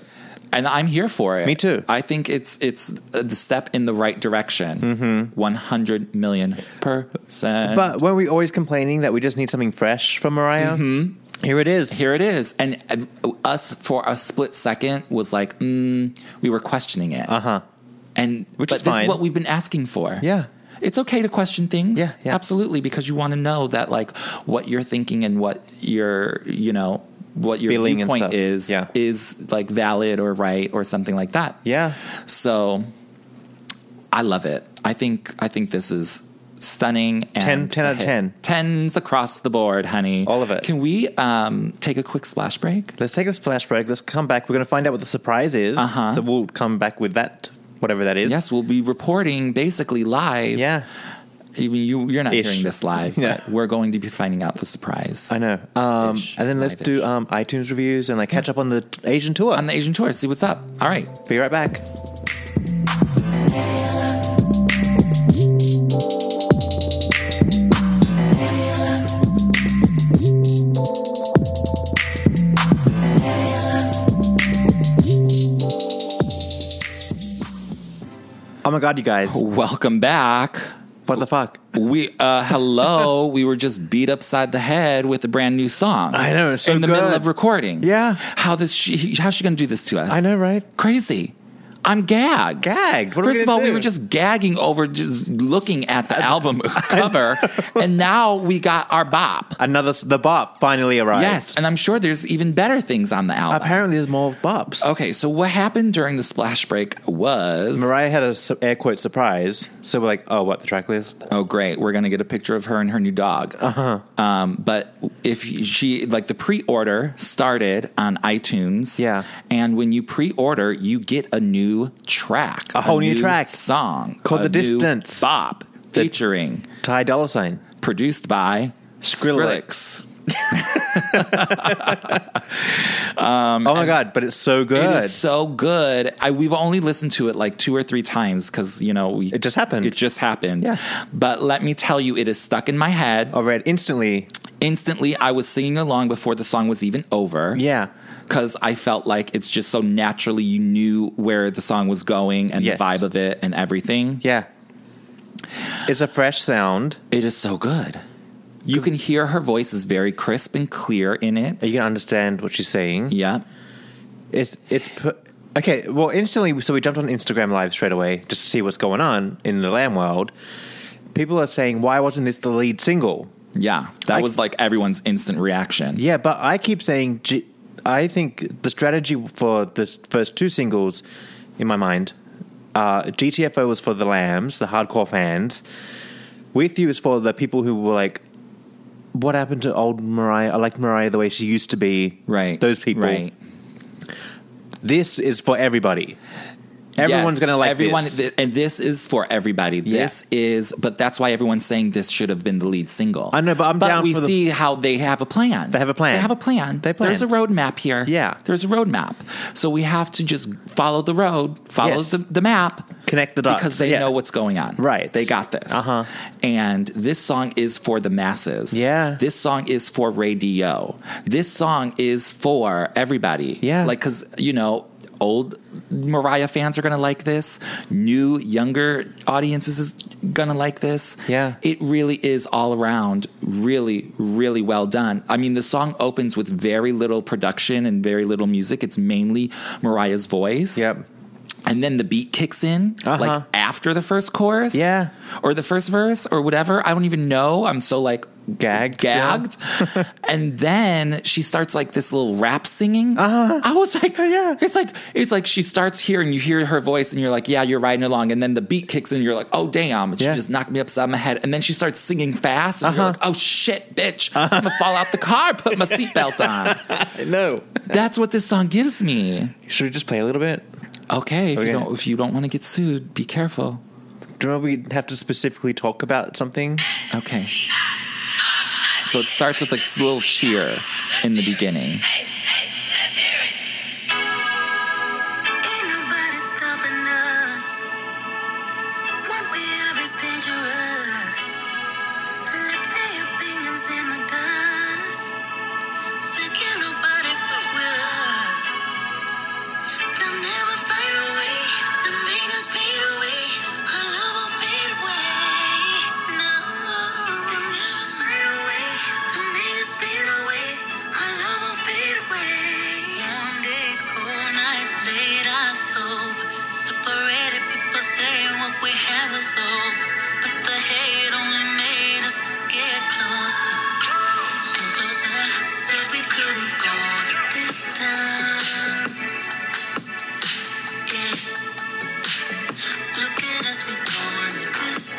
Speaker 3: And I'm here for it.
Speaker 2: Me too.
Speaker 3: I think it's it's the step in the right direction. Mm-hmm. One hundred million percent.
Speaker 2: But weren't we always complaining that we just need something fresh from Mariah? Mm-hmm. Here it is.
Speaker 3: here it is. And uh, us for a split second was like, mm, we were questioning it.
Speaker 2: Uh huh.
Speaker 3: And
Speaker 2: Which
Speaker 3: but
Speaker 2: is
Speaker 3: this
Speaker 2: fine.
Speaker 3: is what we've been asking for.
Speaker 2: Yeah.
Speaker 3: It's okay to question things.
Speaker 2: Yeah, yeah.
Speaker 3: Absolutely, because you want to know that like what you're thinking and what your you know what your
Speaker 2: Feeling and
Speaker 3: viewpoint
Speaker 2: stuff.
Speaker 3: is
Speaker 2: Yeah.
Speaker 3: is like valid or right or something like that.
Speaker 2: Yeah.
Speaker 3: So I love it. I think I think this is stunning.
Speaker 2: 10
Speaker 3: And
Speaker 2: 10 out of
Speaker 3: a hit.
Speaker 2: 10.
Speaker 3: Tens across the board, honey.
Speaker 2: All of it.
Speaker 3: Can we um, take a quick splash break?
Speaker 2: Let's take a splash break. Let's come back. We're going to find out what the surprise is.
Speaker 3: Uh-huh.
Speaker 2: So we'll come back with that, whatever that is.
Speaker 3: Yes, we'll be reporting basically live.
Speaker 2: Yeah.
Speaker 3: Even you, you're not
Speaker 2: Ish.
Speaker 3: hearing this live.
Speaker 2: Yeah.
Speaker 3: but We're going to be finding out the surprise.
Speaker 2: I know. Um,
Speaker 3: Ish.
Speaker 2: and then let's do
Speaker 3: Live-ish.
Speaker 2: um, iTunes reviews and like catch up on the Asian tour.
Speaker 3: On the Asian tour, see what's up. All right.
Speaker 2: Be right back. Oh my god, you guys.
Speaker 3: Welcome back.
Speaker 2: What the fuck?
Speaker 3: We uh hello, we were just beat upside the head with a brand new song.
Speaker 2: I know, it's so
Speaker 3: in the middle
Speaker 2: good.
Speaker 3: of recording.
Speaker 2: Yeah.
Speaker 3: How this she how's she gonna do this to us?
Speaker 2: I know, right?
Speaker 3: Crazy. I'm gagged.
Speaker 2: Gagged? What are we
Speaker 3: First of
Speaker 2: gonna
Speaker 3: all, we
Speaker 2: do?
Speaker 3: were just gagging over just looking at the album cover, and now we got our bop.
Speaker 2: Another the bop finally arrived.
Speaker 3: Yes, and I'm sure there's even better things on the album.
Speaker 2: Apparently, there's more bops.
Speaker 3: Okay, so what happened during the splash break was
Speaker 2: Mariah had a su- air quote surprise, so we're like, oh, what the track list?
Speaker 3: Oh, great. We're going to get a picture of her and her new dog. Uh-huh. Um, but if she, like, the pre order started on iTunes.
Speaker 2: Yeah.
Speaker 3: And when you pre order, you get a new track,
Speaker 2: A whole new track.
Speaker 3: song
Speaker 2: Called
Speaker 3: a
Speaker 2: The
Speaker 3: new
Speaker 2: Distance.
Speaker 3: Bop,
Speaker 2: The-
Speaker 3: featuring,
Speaker 2: Ty Dolla Sign.
Speaker 3: produced by
Speaker 2: Skrillex. oh my god, but it's so good.
Speaker 3: Um, It is so good. I we've only listened to it like two or three times because you know we,
Speaker 2: It just happened.
Speaker 3: It just happened.
Speaker 2: Yeah. Oh.
Speaker 3: But let me tell you, it is stuck in my head.
Speaker 2: I read instantly.
Speaker 3: Instantly, I was singing along before the song was even over.
Speaker 2: Yeah.
Speaker 3: because I felt like it's just so naturally you knew where the song was going and
Speaker 2: Yes.
Speaker 3: the vibe of it and everything.
Speaker 2: Yeah. It's a fresh sound.
Speaker 3: It is so good. You can hear her voice is very crisp and clear in it.
Speaker 2: You can understand what she's saying.
Speaker 3: yeah.
Speaker 2: It's it's per- okay. Well, instantly, so we jumped on Instagram Live straight away just to see what's going on in the lamb world. People are saying, why wasn't this the lead single?
Speaker 3: Yeah. That
Speaker 2: I-
Speaker 3: was like everyone's instant reaction.
Speaker 2: Yeah, but I keep saying G- I think the strategy for the first two singles, in my mind, uh, GTFO was for the lambs, the hardcore fans. With you is for the people who were like, "What happened to old Mariah? I like Mariah the way she used to be."
Speaker 3: Right.
Speaker 2: Those people.
Speaker 3: Right.
Speaker 2: This is for everybody. Everyone's
Speaker 3: Yes,
Speaker 2: gonna like
Speaker 3: everyone,
Speaker 2: this.
Speaker 3: th- and this is for everybody. This is, but that's why everyone's saying this should have been the lead single.
Speaker 2: I know, but I'm down
Speaker 3: we
Speaker 2: for the-
Speaker 3: see how they have a plan.
Speaker 2: They have a plan.
Speaker 3: They have a plan.
Speaker 2: They plan.
Speaker 3: There's a roadmap here.
Speaker 2: Yeah.
Speaker 3: there's a roadmap. So we have to just follow the road, follow
Speaker 2: Yes.
Speaker 3: the, the map,
Speaker 2: Connect the dots.
Speaker 3: because they
Speaker 2: Yeah.
Speaker 3: know what's going on.
Speaker 2: Right.
Speaker 3: they got this.
Speaker 2: Uh-huh.
Speaker 3: And this song is for the masses.
Speaker 2: Yeah.
Speaker 3: this song is for radio. This song is for everybody.
Speaker 2: Yeah.
Speaker 3: like because you know old mariah fans are gonna like this new younger audiences is gonna like this
Speaker 2: Yeah.
Speaker 3: it really is all around really really well done i mean the song opens with very little production and very little music it's mainly mariah's voice
Speaker 2: Yep.
Speaker 3: and then the beat kicks in
Speaker 2: Uh-huh.
Speaker 3: like after the first chorus
Speaker 2: Yeah.
Speaker 3: or the first verse or whatever i don't even know i'm so like
Speaker 2: Gagged still.
Speaker 3: gagged and then she starts like this little rap singing uh-huh. i was like
Speaker 2: yeah.
Speaker 3: it's like it's like she starts here and you hear her voice and you're like yeah you're riding along and then the beat kicks in you're like oh damn and she
Speaker 2: Yeah. Uh-huh.
Speaker 3: just knocked me upside my head and then she starts singing fast and you're like oh shit bitch i'm gonna fall out the car put my seatbelt on
Speaker 2: No.
Speaker 3: that's what this song gives me
Speaker 2: Should we just play a little bit?
Speaker 3: Okay, if
Speaker 2: Okay.
Speaker 3: you don't if you don't want to get sued, be careful.
Speaker 2: Do you remember we have to specifically talk about something?
Speaker 3: Okay. So it starts with like this little cheer in the beginning.
Speaker 4: Ain't nobody stopping us. What we are is dangerous. Left their opinions in the dust. So can nobody fuck with us. They'll never find a way to make us fade away. Our love will fade away. No, they'll never find a way to make us fade away. Our love will fade away. Some days cold, nights late October. Separated people saying what we have is over, but the hate only made us get closer and closer. Said we couldn't go this time. Yeah. Look at us, we're going this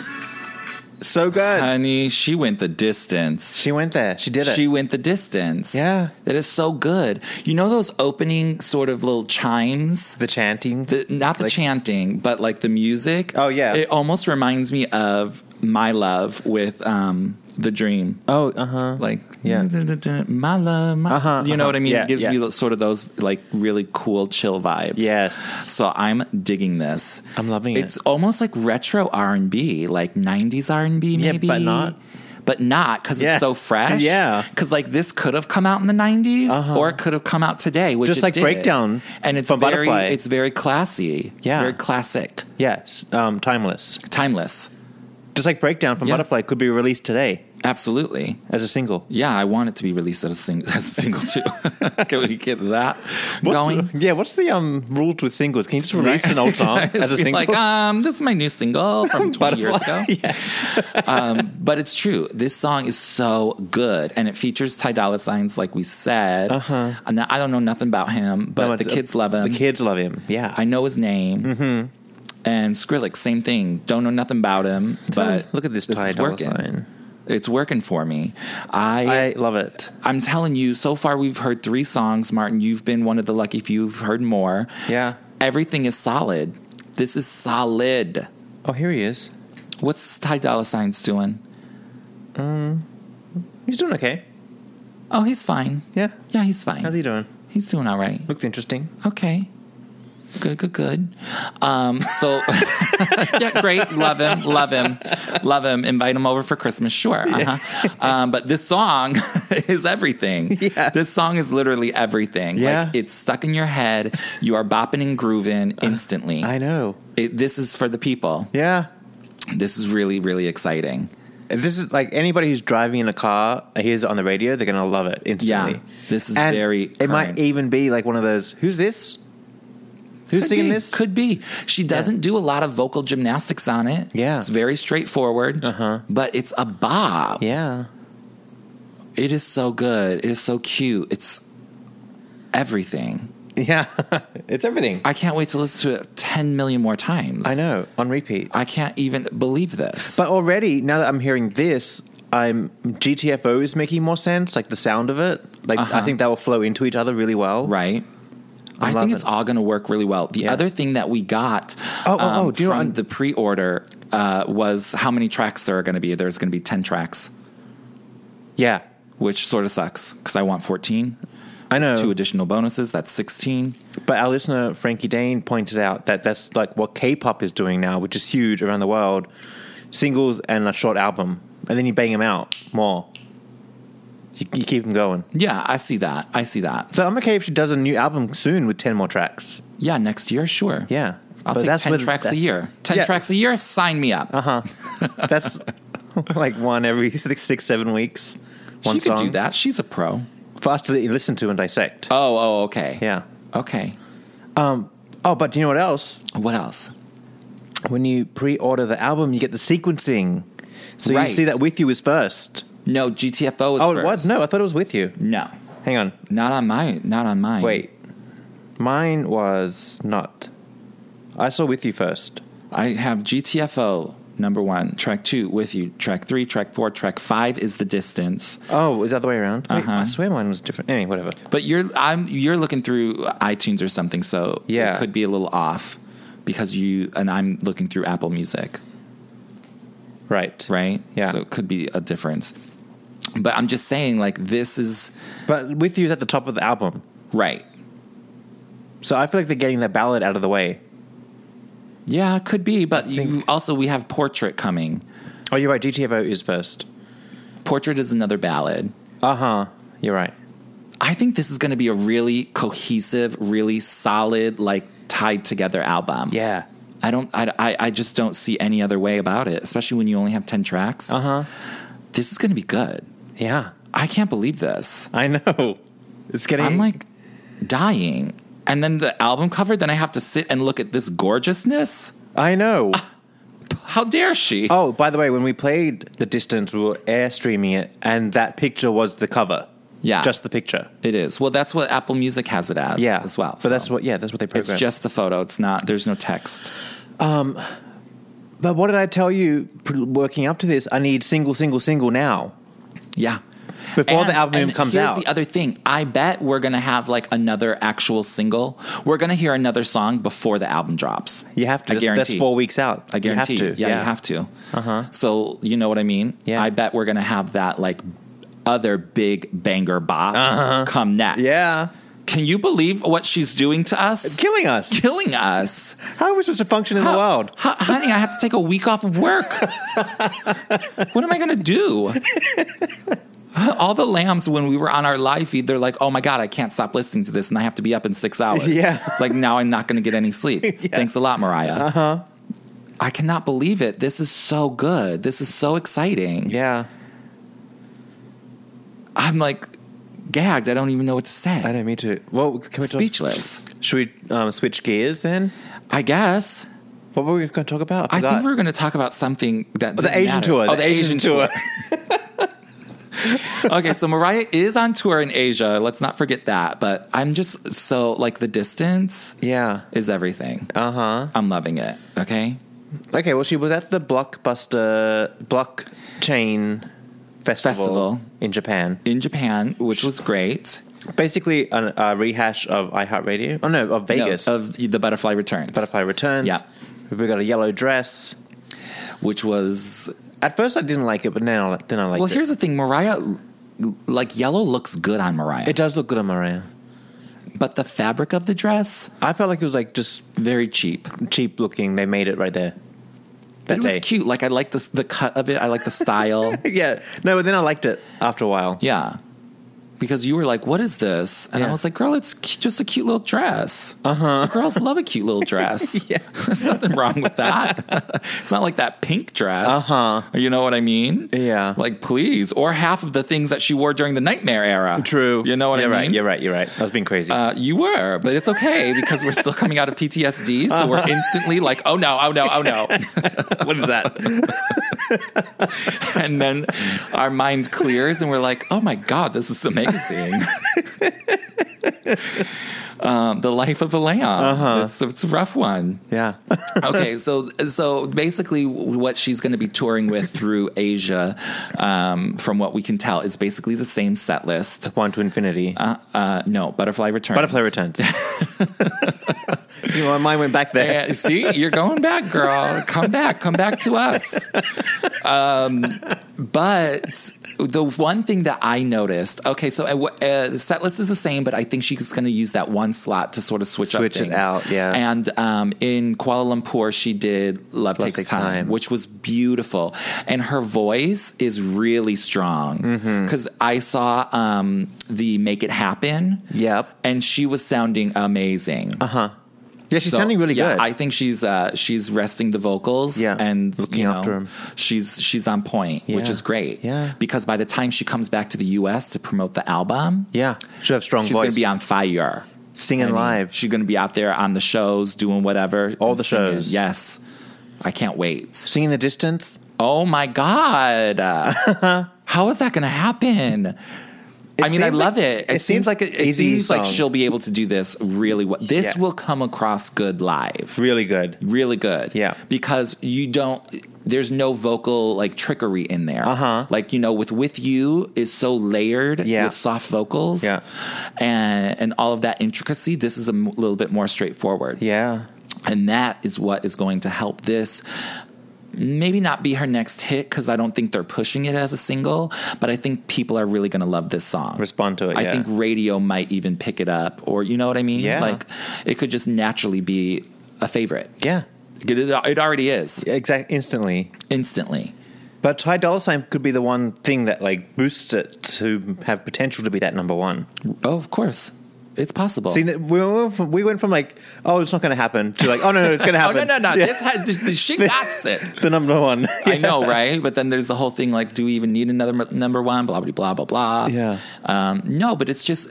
Speaker 4: time.
Speaker 2: So good.
Speaker 3: Honey, she went the distance.
Speaker 2: she went there. She did it.
Speaker 3: She went the distance.
Speaker 2: Yeah.
Speaker 3: That is so good. You know those opening sort of little chimes?
Speaker 2: the chanting.
Speaker 3: The, not the
Speaker 2: Like-
Speaker 3: chanting, but like the music.
Speaker 2: Oh, yeah.
Speaker 3: It almost reminds me of My Love with um The Dream.
Speaker 2: oh, uh huh.
Speaker 3: like
Speaker 2: Yeah.
Speaker 3: my love, my,
Speaker 2: Uh-huh,
Speaker 3: you know
Speaker 2: uh-huh.
Speaker 3: what I mean.
Speaker 2: Yeah,
Speaker 3: it gives
Speaker 2: yeah.
Speaker 3: me those- sort of those like really cool chill vibes.
Speaker 2: Yes.
Speaker 3: So I'm digging this.
Speaker 2: I'm loving it.
Speaker 3: It's almost like retro R and B, like '90s R and B,
Speaker 2: Yeah,
Speaker 3: maybe,
Speaker 2: but not.
Speaker 3: But not because
Speaker 2: Yeah.
Speaker 3: it's so fresh.
Speaker 2: Yeah. Uh-huh.
Speaker 3: Because like this could have come out in the '90s, or it could have come out today, which
Speaker 2: Just
Speaker 3: it
Speaker 2: like
Speaker 3: did.
Speaker 2: Breakdown
Speaker 3: And it's
Speaker 2: from
Speaker 3: very,
Speaker 2: Butterfly.
Speaker 3: it's very classy.
Speaker 2: Yeah.
Speaker 3: It's very classic,
Speaker 2: Yes. Um, timeless.
Speaker 3: timeless.
Speaker 2: Just like Breakdown from
Speaker 3: Yeah.
Speaker 2: Butterfly could be released today
Speaker 3: Absolutely.
Speaker 2: as a single.
Speaker 3: Yeah, I want it to be released as a, sing- as a single too. Can we get that
Speaker 2: What's
Speaker 3: going?
Speaker 2: The, yeah. What's the um rules with singles? Can you just release an old song as a
Speaker 3: Be
Speaker 2: single?
Speaker 3: like, um, this is my new single from 20 years ago. Um,
Speaker 2: Butterfly. yeah.
Speaker 3: But it's true. This song is so good, and it features Ty Dolla Sign's, like we said. Uh-huh. And I don't know nothing about him, but
Speaker 2: No,
Speaker 3: the
Speaker 2: it's-
Speaker 3: kids love him.
Speaker 2: The kids love him. Yeah. Mm-hmm.
Speaker 3: I know his name. And Skrillex, same thing. Don't know nothing about him, but
Speaker 2: look at this, Ty
Speaker 3: is
Speaker 2: Dolla
Speaker 3: working.
Speaker 2: Sign.
Speaker 3: It's working for me.
Speaker 2: I love it.
Speaker 3: I'm telling you, so far we've heard three songs, Martin. You've been one of the lucky few who've heard more.
Speaker 2: Yeah.
Speaker 3: Everything is solid. This is solid.
Speaker 2: Oh, here he is.
Speaker 3: What's Ty Dolla Sign's doing?
Speaker 2: He's doing okay.
Speaker 3: Oh, he's fine.
Speaker 2: Yeah.
Speaker 3: Yeah, he's fine.
Speaker 2: How's he doing?
Speaker 3: he's doing all right.
Speaker 2: Looked interesting.
Speaker 3: Okay. Good, good, good. Um, so, yeah, great. Love him, love him, love him. Invite him over for Christmas, sure. Uh-huh. Um, but this song is everything.
Speaker 2: Yeah.
Speaker 3: This song is literally everything.
Speaker 2: Yeah. Uh,
Speaker 3: Like, it's stuck in your head. You are bopping and grooving instantly.
Speaker 2: I know.
Speaker 3: It, this is for the people.
Speaker 2: Yeah.
Speaker 3: This is really, really exciting.
Speaker 2: If This is like anybody who's driving in a car, hears it on the radio, they're gonna love it instantly.
Speaker 3: Yeah. This is
Speaker 2: And
Speaker 3: very
Speaker 2: It might
Speaker 3: current.
Speaker 2: even be like one of those. Who's this? Who's
Speaker 3: Could
Speaker 2: singing
Speaker 3: be,
Speaker 2: this?
Speaker 3: Could be. She doesn't do a lot of vocal gymnastics on it.
Speaker 2: Yeah.
Speaker 3: It's very straightforward.
Speaker 2: Uh-huh.
Speaker 3: But it's a bob.
Speaker 2: yeah.
Speaker 3: It is so good. It is so cute. It's everything.
Speaker 2: Yeah. it's everything. I,
Speaker 3: I can't wait to listen to it 10 million more times.
Speaker 2: know. On repeat.
Speaker 3: I can't even believe this.
Speaker 2: but already, now that I'm hearing this, I'm GTFO is making more sense. Like the sound of it. Like I
Speaker 3: Uh-huh.
Speaker 2: think that will flow into each other really well.
Speaker 3: right? I
Speaker 2: love
Speaker 3: think
Speaker 2: it.
Speaker 3: it's all going to work really well. The
Speaker 2: Yeah.
Speaker 3: other thing that we got um,
Speaker 2: Oh, oh, oh, do you know
Speaker 3: from
Speaker 2: what-
Speaker 3: the pre-order uh, was how many tracks there are going to be. There's going to be ten tracks,
Speaker 2: Yeah,
Speaker 3: which sort of sucks because I want fourteen.
Speaker 2: I know.
Speaker 3: Two additional bonuses. That's sixteen.
Speaker 2: But our listener Frankie Dane pointed out that that's like what K-pop is doing now, which is huge around the world. Singles and a short album, and then you bang them out more. You, you keep them going.
Speaker 3: Yeah, I see that. I see that.
Speaker 2: So I'm okay if she does a new album soon with ten more tracks.
Speaker 3: Yeah, next year, sure.
Speaker 2: Yeah,
Speaker 3: I'll
Speaker 2: But
Speaker 3: take ten
Speaker 2: with-
Speaker 3: tracks a year. Ten
Speaker 2: Yeah.
Speaker 3: tracks a year. Sign me up.
Speaker 2: Uh huh. That's like one every six, six, seven weeks. One
Speaker 3: she could
Speaker 2: song.
Speaker 3: do that. She's a pro.
Speaker 2: for us to listen to and dissect.
Speaker 3: Oh, oh, okay.
Speaker 2: yeah.
Speaker 3: Okay.
Speaker 2: Oh, but do you know what else?
Speaker 3: What else?
Speaker 2: When you pre-order the album, you get the sequencing. So
Speaker 3: Right.
Speaker 2: you see that with you is first.
Speaker 3: No, GTFO is
Speaker 2: oh,
Speaker 3: first.
Speaker 2: it was no. I thought it was with you.
Speaker 3: No.
Speaker 2: Hang on.
Speaker 3: Not on my not on mine.
Speaker 2: Wait. Mine was not. I saw with you first.
Speaker 3: I have GTFO number one, track two with you, track three, track four, track five is the distance.
Speaker 2: Oh, is that the way around? Wait,
Speaker 3: Uh-huh.
Speaker 2: I swear mine was different. Anyway, whatever.
Speaker 3: But you're I'm you're looking through iTunes or something, so
Speaker 2: Yeah.
Speaker 3: it could be a little off because you and I'm looking through Apple Music,
Speaker 2: Right.
Speaker 3: right?
Speaker 2: Yeah.
Speaker 3: So it could be a difference. But I'm just saying, like this is
Speaker 2: But with you is at the top of the album.
Speaker 3: right.
Speaker 2: So I feel like they're getting their ballad out of the way.
Speaker 3: Yeah, it could be. But you, also we have Portrait coming.
Speaker 2: Oh, you're right. GTFO is first.
Speaker 3: Portrait is another ballad.
Speaker 2: Uh huh. You're right.
Speaker 3: I think this is going to be a really cohesive, really solid, like tied together album.
Speaker 2: Yeah.
Speaker 3: I don't. I, I, I just don't see any other way about it, especially when you only have ten tracks.
Speaker 2: Uh huh.
Speaker 3: This is going to be good.
Speaker 2: Yeah.
Speaker 3: I can't believe this.
Speaker 2: I know. It's getting.
Speaker 3: I'm like dying. And then the album cover. Then I have to sit and look at this gorgeousness.
Speaker 2: I know.
Speaker 3: How dare she?
Speaker 2: Oh, by the way, when we played The Distance, we were air streaming it, and that picture was the cover.
Speaker 3: Yeah.
Speaker 2: Just the picture.
Speaker 3: It is. Well, that's what Apple Music has it as.
Speaker 2: Yeah.
Speaker 3: as well.
Speaker 2: But that's what, yeah, that's what they
Speaker 3: It's
Speaker 2: programmed.
Speaker 3: just the photo. It's not. There's no text.
Speaker 2: But what did I tell you pr- working up to this? I need single, single, single now.
Speaker 3: Yeah.
Speaker 2: Before the album
Speaker 3: and
Speaker 2: comes
Speaker 3: here's
Speaker 2: out.
Speaker 3: the other thing. I bet we're going to have like another actual single. We're going to hear another song before the album drops.
Speaker 2: You have to.
Speaker 3: I
Speaker 2: That's,
Speaker 3: guarantee.
Speaker 2: that's four weeks out.
Speaker 3: I guarantee.
Speaker 2: You have to.
Speaker 3: Yeah, you have to. Uh-huh. So, you know what I mean?
Speaker 2: Yeah.
Speaker 3: I bet we're going to have that like other big banger bop come next.
Speaker 2: Uh-huh. Yeah.
Speaker 3: Can you believe what she's doing to us?
Speaker 2: Killing us.
Speaker 3: Killing us.
Speaker 2: How are we supposed to function in the
Speaker 3: How-
Speaker 2: world?
Speaker 3: ho- honey, I have to take a week off of work. what am I going to do? All the lambs, when we were on our live feed, they're like, oh my God, I can't stop listening to this and I have to be up in six hours.
Speaker 2: Yeah.
Speaker 3: It's like, now I'm not going to get any sleep. Thanks a lot, Mariah. Uh huh.
Speaker 2: Uh-huh.
Speaker 3: I cannot believe it. This is so good. This is so exciting.
Speaker 2: Yeah.
Speaker 3: I'm like gagged. I don't even know what to say.
Speaker 2: I know, me too. Well, can we
Speaker 3: Speechless.
Speaker 2: talk? Should we um, switch gears then?
Speaker 3: I guess.
Speaker 2: What were we going to talk about?
Speaker 3: I think
Speaker 2: forgot.
Speaker 3: we were going to talk about something that
Speaker 2: Oh,
Speaker 3: didn't
Speaker 2: the Asian
Speaker 3: matter.
Speaker 2: tour.
Speaker 3: Oh, the, Asian, tour. okay, so Mariah is on tour in Asia. Let's not forget that. But I'm just so like the distance
Speaker 2: yeah.
Speaker 3: is everything.
Speaker 2: Uh huh.
Speaker 3: I'm loving it. Okay.
Speaker 2: Okay, well, she was at the Blockbuster Blockchain Festival,
Speaker 3: Festival.
Speaker 2: in Japan.
Speaker 3: In Japan, which was great.
Speaker 2: Basically, an, a rehash of iHeartRadio. Oh no, of
Speaker 3: No,
Speaker 2: Vegas.
Speaker 3: of the Butterfly Returns.
Speaker 2: Butterfly Returns.
Speaker 3: Yeah.
Speaker 2: we got a yellow dress.
Speaker 3: Which was
Speaker 2: At first, I didn't like it, but now then I like
Speaker 3: well,
Speaker 2: it.
Speaker 3: here's the thing, Mariah like yellow looks good on Mariah.
Speaker 2: it does look good on Mariah.
Speaker 3: but the fabric of the dress,
Speaker 2: I felt like it was like just
Speaker 3: very cheap.
Speaker 2: cheap looking. They made it right there. That
Speaker 3: But it was
Speaker 2: day.
Speaker 3: cute. Like I like this the cut of it. I like the style.
Speaker 2: yeah, no, but then I liked it after a while.
Speaker 3: Yeah. Because you were like, what is this? And I
Speaker 2: Yeah. Uh-huh.
Speaker 3: was like, girl, it's cu- just a cute little dress. Uh huh. Girls love a cute little dress.
Speaker 2: Yeah.
Speaker 3: There's nothing wrong with that. it's not like that pink dress.
Speaker 2: Uh-huh.
Speaker 3: You know what I mean?
Speaker 2: Yeah.
Speaker 3: Like, please. Or half of the things that she wore during the nightmare era.
Speaker 2: True.
Speaker 3: You know what
Speaker 2: you're
Speaker 3: I
Speaker 2: Right,
Speaker 3: mean?
Speaker 2: you're right. You're right. I was being crazy.
Speaker 3: Uh, you were, but it's okay because we're still coming out of PTSD. So we're
Speaker 2: Uh-huh.
Speaker 3: instantly like, oh no, oh no, oh no.
Speaker 2: what is that?
Speaker 3: and then our mind clears and we're like, oh my God, this is amazing. Um, the life of a lamb.
Speaker 2: Uh-huh.
Speaker 3: It's, it's a rough one.
Speaker 2: Yeah.
Speaker 3: okay, so so basically, what she's going to be touring with through Asia, um, from what we can tell, is basically the same set list.
Speaker 2: One to infinity.
Speaker 3: Uh, uh, no, Butterfly Returns.
Speaker 2: Butterfly returns. you know, my mind went back there.
Speaker 3: Yeah, see, you're going back, girl. Come back, come back to us. Um, but the one thing that I noticed, okay, so uh, wh- uh, the set list is the same, but I think she's going to use that one slot to sort of switch,
Speaker 2: Switch
Speaker 3: up
Speaker 2: it
Speaker 3: things.
Speaker 2: out, yeah.
Speaker 3: And um, in Kuala Lumpur, she did Love, Takes,
Speaker 2: Takes
Speaker 3: time,
Speaker 2: Time.
Speaker 3: which was beautiful, and her voice is really strong
Speaker 2: Mm-hmm.
Speaker 3: because I saw um, the Make It Happen.
Speaker 2: Yep.
Speaker 3: And she was sounding amazing.
Speaker 2: Yeah, she's
Speaker 3: So,
Speaker 2: sounding really
Speaker 3: yeah,
Speaker 2: good.
Speaker 3: I think she's uh, she's resting the vocals
Speaker 2: Yeah,
Speaker 3: and
Speaker 2: looking
Speaker 3: you know,
Speaker 2: after 'em.
Speaker 3: She's she's on point, which
Speaker 2: Yeah,
Speaker 3: is great.
Speaker 2: yeah.
Speaker 3: Because by the time she comes back to the US to promote the album,
Speaker 2: yeah, she have strong
Speaker 3: she's
Speaker 2: voice.
Speaker 3: gonna be on fire.
Speaker 2: singing
Speaker 3: I mean,
Speaker 2: live.
Speaker 3: She's gonna be out there on the shows, doing whatever.
Speaker 2: All
Speaker 3: and
Speaker 2: the
Speaker 3: singing.
Speaker 2: shows.
Speaker 3: Yes. I can't wait.
Speaker 2: singing the distance.
Speaker 3: Oh my God. How is that gonna happen? I mean, I
Speaker 2: seems
Speaker 3: love
Speaker 2: like-
Speaker 3: it. It,
Speaker 2: it
Speaker 3: seems
Speaker 2: seems
Speaker 3: like it, it
Speaker 2: easy
Speaker 3: seems like
Speaker 2: song.
Speaker 3: she'll be able to do this really well. This
Speaker 2: Yeah.
Speaker 3: will come across good live
Speaker 2: Really good.
Speaker 3: really good.
Speaker 2: Yeah.
Speaker 3: Because you don't there's no vocal like trickery in there.
Speaker 2: Uh-huh.
Speaker 3: Like, you know, with With You is so layered
Speaker 2: Yeah.
Speaker 3: with soft vocals.
Speaker 2: Yeah.
Speaker 3: And and all of that intricacy. This is a m- little bit more straightforward.
Speaker 2: Yeah.
Speaker 3: And that is what is going to help this maybe not be her next hit because I don't think they're pushing it as a single, but I think people are really going to love this song.
Speaker 2: Respond to it,
Speaker 3: I
Speaker 2: yeah.
Speaker 3: think radio might even pick it up, or you know what I mean?
Speaker 2: Yeah.
Speaker 3: Like it could just naturally be a favorite.
Speaker 2: Yeah.
Speaker 3: It, it already is
Speaker 2: Exact instantly.
Speaker 3: instantly.
Speaker 2: But Ty Dolla Sign could be the one thing that like boosts it to have potential to be that number one.
Speaker 3: Oh, of course, it's possible.
Speaker 2: See, we went from, we went from like, oh, it's not going to happen to like, oh no, no, it's going to
Speaker 3: oh
Speaker 2: happen.
Speaker 3: no, no, no!
Speaker 2: Yeah,
Speaker 3: That's how, th- th- she got it.
Speaker 2: the number one.
Speaker 3: I know, right? But then there's the whole thing like, do we even need another m- number one? Blah blah blah blah blah.
Speaker 2: Yeah.
Speaker 3: Um, no, but it's just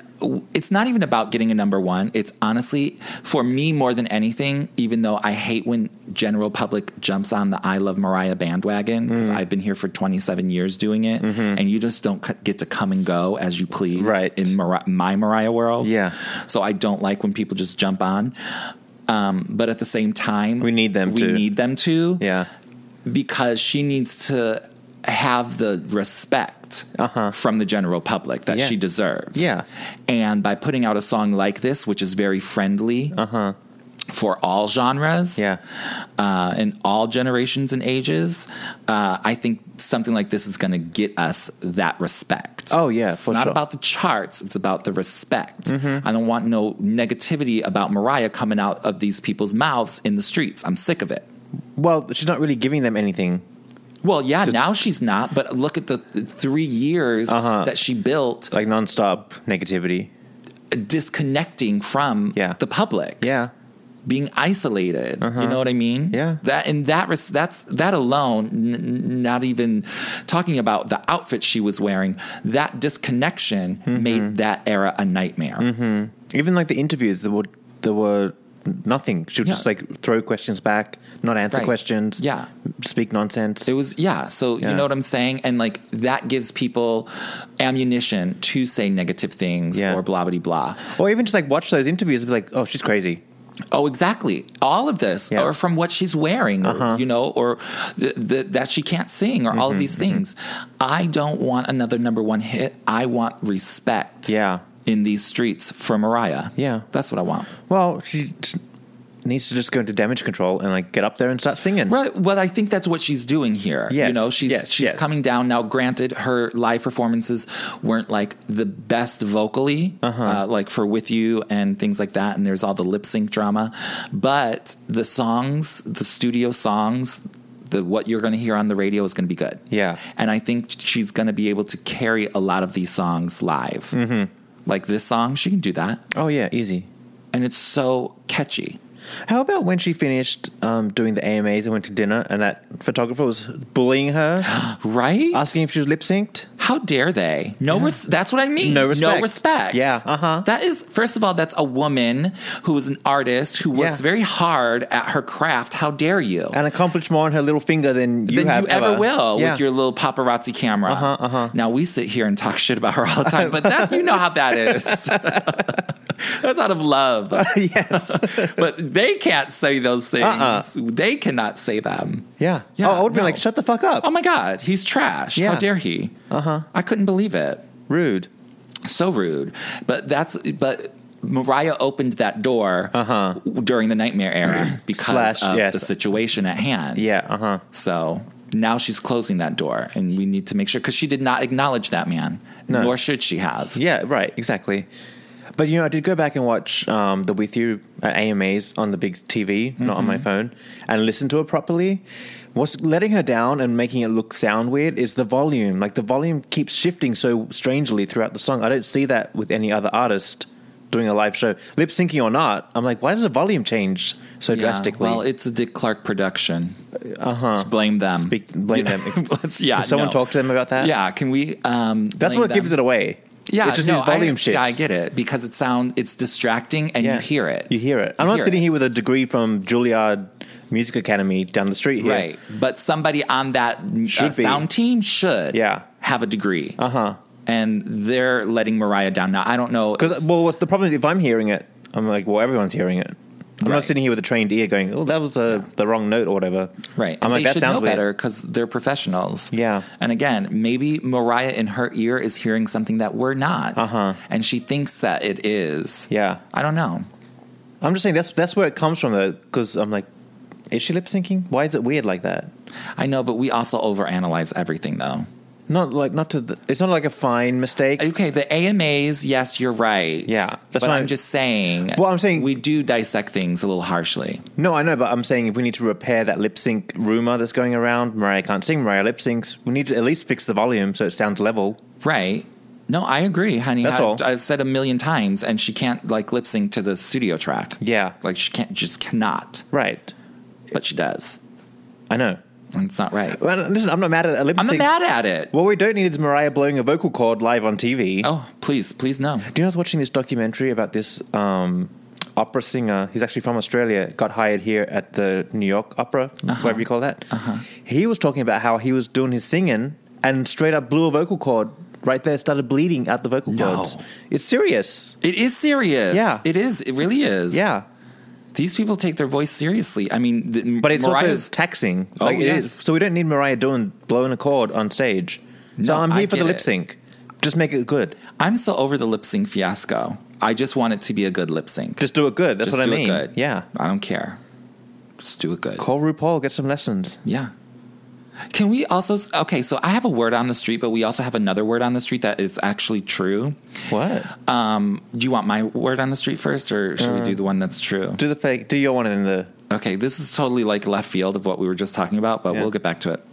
Speaker 3: it's not even about getting a number one. It's honestly for me more than anything. Even though I hate when general public jumps on the I love Mariah bandwagon
Speaker 2: Mm.
Speaker 3: because I've been here for 27 years doing it, and you just don't c- get to come and go as you please,
Speaker 2: Mm-hmm. Right.
Speaker 3: In Mar- my Mariah world,
Speaker 2: Yeah.
Speaker 3: So I don't like when people just jump on. Um, but at the same time,
Speaker 2: We need them
Speaker 3: We
Speaker 2: to.
Speaker 3: need them to
Speaker 2: Yeah.
Speaker 3: because she needs to have the respect
Speaker 2: Uh-huh.
Speaker 3: from the general public that
Speaker 2: Yeah.
Speaker 3: she deserves.
Speaker 2: Yeah.
Speaker 3: And by putting out a song like this, which is very friendly for all genres
Speaker 2: Uh-huh. Yeah.
Speaker 3: uh, in all generations and ages, uh, I think something like this is going to get us that respect.
Speaker 2: Oh, yeah,
Speaker 3: it's
Speaker 2: for
Speaker 3: not
Speaker 2: sure. Mm-hmm.
Speaker 3: about the charts; it's about the respect. I don't want no negativity about Mariah coming out of these people's mouths in the streets. I'm sick of it.
Speaker 2: Well, she's not really giving them anything.
Speaker 3: Well, yeah, now she's not, but look at the th- three years
Speaker 2: Uh-huh.
Speaker 3: that she built uh,
Speaker 2: Like nonstop negativity.
Speaker 3: disconnecting from
Speaker 2: Yeah.
Speaker 3: the public,
Speaker 2: Yeah. Uh-huh.
Speaker 3: being isolated. You know what I mean?
Speaker 2: Yeah.
Speaker 3: That and that res- that's that alone. N- n- not even talking about the outfit she was wearing. That disconnection
Speaker 2: Mm-hmm.
Speaker 3: made that era a nightmare.
Speaker 2: Even like the interviews, there were there were nothing. She would
Speaker 3: Yeah.
Speaker 2: just like throw questions back, not answer
Speaker 3: Right.
Speaker 2: questions.
Speaker 3: Yeah.
Speaker 2: speak nonsense.
Speaker 3: It was yeah. So
Speaker 2: Yeah.
Speaker 3: you know what I'm saying, and like that gives people ammunition to say negative things
Speaker 2: Yeah.
Speaker 3: or blah blah blah.
Speaker 2: or even just like watch those interviews and be like, oh, she's crazy.
Speaker 3: Oh, exactly. All of this,
Speaker 2: Yeah. Uh-huh.
Speaker 3: or from what she's wearing, or, you know, or the, the, that she can't sing, or
Speaker 2: Mm-hmm,
Speaker 3: all of these things. I don't want another number one hit. I want respect.
Speaker 2: Yeah.
Speaker 3: In these streets for Mariah.
Speaker 2: Yeah.
Speaker 3: That's what I want.
Speaker 2: Well, she t- needs to just go into damage control and like get up there and start singing.
Speaker 3: Right. Well, I think that's what she's doing here. You
Speaker 2: Yes,
Speaker 3: know, she's
Speaker 2: yes,
Speaker 3: she's
Speaker 2: yes.
Speaker 3: coming down now. Granted, her live performances weren't like the best vocally,
Speaker 2: Uh-huh.
Speaker 3: uh, like for "With You" and things like that. And there's all the lip sync drama, but the songs, the studio songs. The, what you're going to hear on the radio is going to be good.
Speaker 2: Yeah.
Speaker 3: And I think she's going to be able to carry a lot of these songs live. Mm-hmm. Like this song, she can do that.
Speaker 2: Oh yeah, easy.
Speaker 3: And it's so catchy.
Speaker 2: How about when she finished um, doing the AMAs and went to dinner, and that photographer was bullying her,
Speaker 3: Right?
Speaker 2: asking if she was lip synced?
Speaker 3: How dare they? No, res- that's what I mean.
Speaker 2: No respect.
Speaker 3: No respect.
Speaker 2: Yeah, uh-huh.
Speaker 3: That is, first of all, that's a woman who is an artist who works
Speaker 2: Yeah.
Speaker 3: very hard at her craft. How dare you?
Speaker 2: and accomplished more on her little finger than you
Speaker 3: than
Speaker 2: have
Speaker 3: you ever, will
Speaker 2: Yeah. Uh-huh,
Speaker 3: with your little paparazzi camera. Now we sit here and talk shit about her all the time, but that's you know how that is. That's out of love.
Speaker 2: yes.
Speaker 3: but they can't say those things.
Speaker 2: Uh-uh.
Speaker 3: They cannot say them.
Speaker 2: Yeah.
Speaker 3: Yeah,
Speaker 2: oh, I would be
Speaker 3: no.
Speaker 2: like, shut the fuck up.
Speaker 3: Oh my God, he's trash.
Speaker 2: Yeah. Uh-huh.
Speaker 3: How dare he? Uh huh. I couldn't believe it.
Speaker 2: Rude.
Speaker 3: So rude. But that's, but Mariah opened that door
Speaker 2: Uh-huh.
Speaker 3: during the nightmare era because
Speaker 2: Slash,
Speaker 3: of
Speaker 2: yes.
Speaker 3: the situation at hand.
Speaker 2: Yeah. Uh huh.
Speaker 3: So now she's closing that door, and we need to make sure because she did not acknowledge that man,
Speaker 2: No.
Speaker 3: nor should she have.
Speaker 2: Yeah. Right. Exactly. But you know, I did go back and watch um, the With You at AMAs on the big TV, not on
Speaker 3: Mm-hmm.
Speaker 2: my phone, and listen to it properly. What's letting her down and making it look sound weird is the volume. Like the volume keeps shifting so strangely throughout the song. I don't see that with any other artist doing a live show, lip syncing or not. I'm like, why does the volume change so
Speaker 3: Yeah.
Speaker 2: drastically? Uh-huh.
Speaker 3: Well, it's a Dick Clark production. Uh huh. blame them.
Speaker 2: Speak- blame them.
Speaker 3: Let's, yeah.
Speaker 2: Can someone
Speaker 3: no.
Speaker 2: talk to them about that?
Speaker 3: Yeah. Can we? Um,
Speaker 2: That's what gives it away.
Speaker 3: Yeah,
Speaker 2: it's just
Speaker 3: no,
Speaker 2: these volume
Speaker 3: I,
Speaker 2: shifts.
Speaker 3: Yeah, I get it because it sound it's distracting and you hear it.
Speaker 2: You hear it. I'm
Speaker 3: You
Speaker 2: not
Speaker 3: hear
Speaker 2: sitting
Speaker 3: it.
Speaker 2: here with a degree from Juilliard Music Academy down the street here.
Speaker 3: right? But somebody on that uh,
Speaker 2: Should be.
Speaker 3: sound team should
Speaker 2: Yeah.
Speaker 3: have a degree.
Speaker 2: Uh huh.
Speaker 3: And they're letting Mariah down now. I don't know
Speaker 2: Because well, what's the problem? If I'm hearing it, I'm like, well, everyone's hearing it. I'm
Speaker 3: Right.
Speaker 2: not sitting here with a trained ear going, oh, that was uh, the wrong note or whatever.
Speaker 3: Right.
Speaker 2: I'm
Speaker 3: and
Speaker 2: like,
Speaker 3: they
Speaker 2: that
Speaker 3: should
Speaker 2: sounds
Speaker 3: know
Speaker 2: weird.
Speaker 3: better because they're professionals.
Speaker 2: Yeah.
Speaker 3: And again, maybe Mariah in her ear is hearing something that we're not.
Speaker 2: Uh-huh.
Speaker 3: And she thinks that it is.
Speaker 2: Yeah.
Speaker 3: I don't know.
Speaker 2: I'm just saying that's that's where it comes from though, because I'm like, is she lip syncing? Why is it weird like that?
Speaker 3: I know, but we also overanalyze everything though.
Speaker 2: Not like not to. The, it's not like a fine mistake.
Speaker 3: Okay, the AMAs, yes, you're right.
Speaker 2: Yeah,
Speaker 3: That's
Speaker 2: that's
Speaker 3: but
Speaker 2: why-
Speaker 3: I'm just saying
Speaker 2: Well, I'm saying-
Speaker 3: we do dissect things a little harshly.
Speaker 2: No, I know, but I'm saying if we need to repair that lip sync rumor that's going around, Mariah can't sing, Mariah lip syncs, we need to at least fix the volume so it sounds level.
Speaker 3: Right. No, I agree, honey.
Speaker 2: That's
Speaker 3: I,
Speaker 2: all.
Speaker 3: I've said a million times and she can't like lip sync to the studio track.
Speaker 2: Yeah.
Speaker 3: Like she can't just cannot.
Speaker 2: Right.
Speaker 3: But she does.
Speaker 2: I know.
Speaker 3: And it's not right.
Speaker 2: Well, listen, I'm not mad at a lip
Speaker 3: I'm not
Speaker 2: sync.
Speaker 3: mad at it.
Speaker 2: What we don't need is Mariah blowing a vocal cord live on TV.
Speaker 3: Oh, please, please no.
Speaker 2: Do you know I was watching this documentary about this um, opera singer? He's actually from Australia. Got hired here at the New York Opera,
Speaker 3: Uh-huh.
Speaker 2: whatever you call that. He was talking about how he was doing his singing and straight up blew a vocal cord right there, started bleeding out the vocal
Speaker 3: No.
Speaker 2: cords. It's serious.
Speaker 3: It is serious.
Speaker 2: Yeah.
Speaker 3: It is. It really is.
Speaker 2: Yeah.
Speaker 3: These people take their voice seriously. I mean, the,
Speaker 2: But it's
Speaker 3: Mariah's,
Speaker 2: also taxing.
Speaker 3: Oh,
Speaker 2: like, it
Speaker 3: yes.
Speaker 2: is. So we don't need Mariah doing blowing a chord on stage.
Speaker 3: No,
Speaker 2: so I'm here
Speaker 3: I
Speaker 2: for the
Speaker 3: get
Speaker 2: lip
Speaker 3: it.
Speaker 2: sync. Just make it good.
Speaker 3: I'm so over the lip sync fiasco. I just want it to be a good lip sync.
Speaker 2: Just do it good. That's
Speaker 3: Just
Speaker 2: what
Speaker 3: do
Speaker 2: I mean.
Speaker 3: It good.
Speaker 2: Yeah.
Speaker 3: I don't care. Just do it good.
Speaker 2: Call RuPaul, get some lessons.
Speaker 3: Yeah. Can we also? s- Okay, so I have a word on the street, but we also have another word on the street that is actually true.
Speaker 2: What?
Speaker 3: Um, do you want my word on the street first, or should
Speaker 2: Uh,
Speaker 3: we do the one that's true?
Speaker 2: do the fake. Do your one in the.
Speaker 3: Okay, this is totally like left field of what we were just talking about, but
Speaker 2: Yeah.
Speaker 3: we'll get back to it.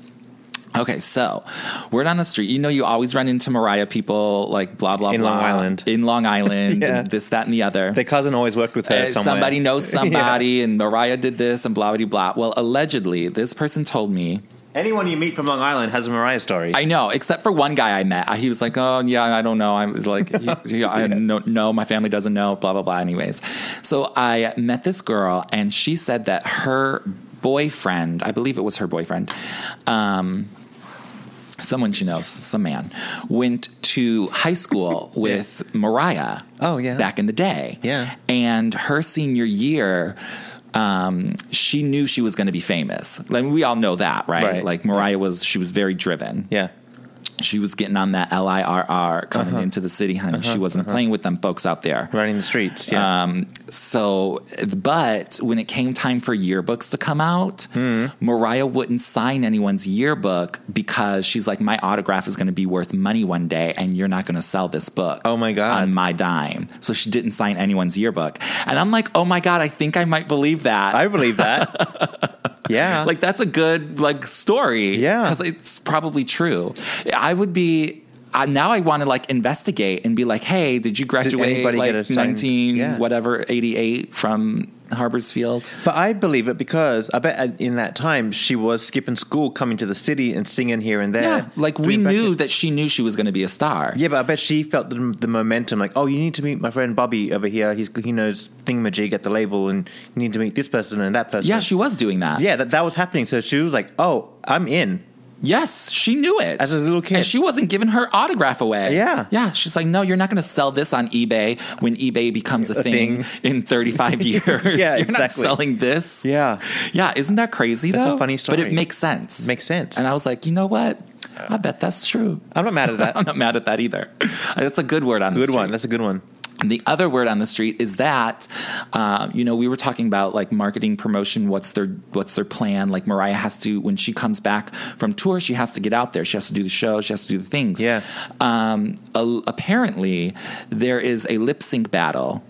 Speaker 3: Okay, so word on the street, you know, you always run into Mariah people, like blah blah
Speaker 2: In
Speaker 3: blah,
Speaker 2: Long Island.
Speaker 3: in Long Island,
Speaker 2: Yeah.
Speaker 3: and this, that, and the other.
Speaker 2: Their cousin always worked with her.
Speaker 3: Uh,
Speaker 2: somewhere.
Speaker 3: somebody knows
Speaker 2: Yeah.
Speaker 3: somebody, and Mariah did this, and blah blah blah. Well, allegedly, this person told me.
Speaker 2: Anyone you meet from Long Island has a Mariah story.
Speaker 3: I know, except for one guy I met. He was like, "Oh yeah, I don't know. I'm like, he- he- I no, no, my family doesn't know." Blah blah blah. Anyways, so I met this girl, and she said that her boyfriend, I believe it was her boyfriend, um, someone she knows, some man, went to high school with Mariah.
Speaker 2: Oh, yeah.
Speaker 3: back in the day.
Speaker 2: Yeah.
Speaker 3: and her senior year. Um, she knew she was going to be famous. Like we all know that, right?
Speaker 2: Right.
Speaker 3: Like Mariah was, she was very driven
Speaker 2: yeah.
Speaker 3: she was getting on that L I R R
Speaker 2: Uh-huh.
Speaker 3: coming into the city, honey. she wasn't playing with them folks out there.
Speaker 2: Running the streets. Yeah.
Speaker 3: Um, so, but when it came time for yearbooks to come out,
Speaker 2: Hmm.
Speaker 3: Mariah wouldn't sign anyone's yearbook because she's like, my autograph is going to be worth money one day, and you're not going to sell this book.
Speaker 2: Oh my God.
Speaker 3: On my dime. So she didn't sign anyone's yearbook, and I'm like, oh my god, I think I might believe that.
Speaker 2: I believe that. yeah.
Speaker 3: Like that's a good like story.
Speaker 2: Yeah.
Speaker 3: because it's probably true. I would be. I now I want to like investigate and be like, hey, did you graduate
Speaker 2: anybody get a
Speaker 3: like
Speaker 2: signed-
Speaker 3: nineteen
Speaker 2: Yeah.
Speaker 3: whatever eighty eight from Harborsfield?
Speaker 2: But I believe it because I bet uh, in that time she was skipping school, coming to the city, and singing here and there.
Speaker 3: Yeah, like we
Speaker 2: Doing back-
Speaker 3: knew that she knew she was going to be a star.
Speaker 2: Yeah, but I bet she felt the, the momentum. Like, oh, you need to meet my friend Bobby over here. He's he knows thingamajig at the label, and you need to meet this person and that person.
Speaker 3: yeah, she was doing that.
Speaker 2: yeah, that that was happening. So she was like, oh, I'm in.
Speaker 3: Yes, she knew it
Speaker 2: As a little kid.
Speaker 3: and she wasn't giving her autograph away.
Speaker 2: Yeah.
Speaker 3: yeah. She's like, no, you're not going to sell this on eBay when eBay becomes a,
Speaker 2: A
Speaker 3: thing,
Speaker 2: thing.
Speaker 3: in 35 years.
Speaker 2: Yeah,
Speaker 3: you're not
Speaker 2: exactly.
Speaker 3: selling this.
Speaker 2: Yeah.
Speaker 3: yeah. Isn't that crazy?
Speaker 2: That's a
Speaker 3: though?
Speaker 2: funny
Speaker 3: but
Speaker 2: story.
Speaker 3: it makes sense.
Speaker 2: Makes sense.
Speaker 3: And I was like, you know what? I bet that's true.
Speaker 2: I'm not mad at that.
Speaker 3: I'm not mad at that either. That's a good word on the
Speaker 2: good
Speaker 3: street.
Speaker 2: one. That's a good one.
Speaker 3: And the other word on the street is that, uh, you know, we were talking about like marketing promotion. What's their what's their plan? Like Mariah has to when she comes back from tour, she has to get out there. She has to do the show. She has to do the things.
Speaker 2: Yeah.
Speaker 3: Um, a- apparently, there is a lip sync battle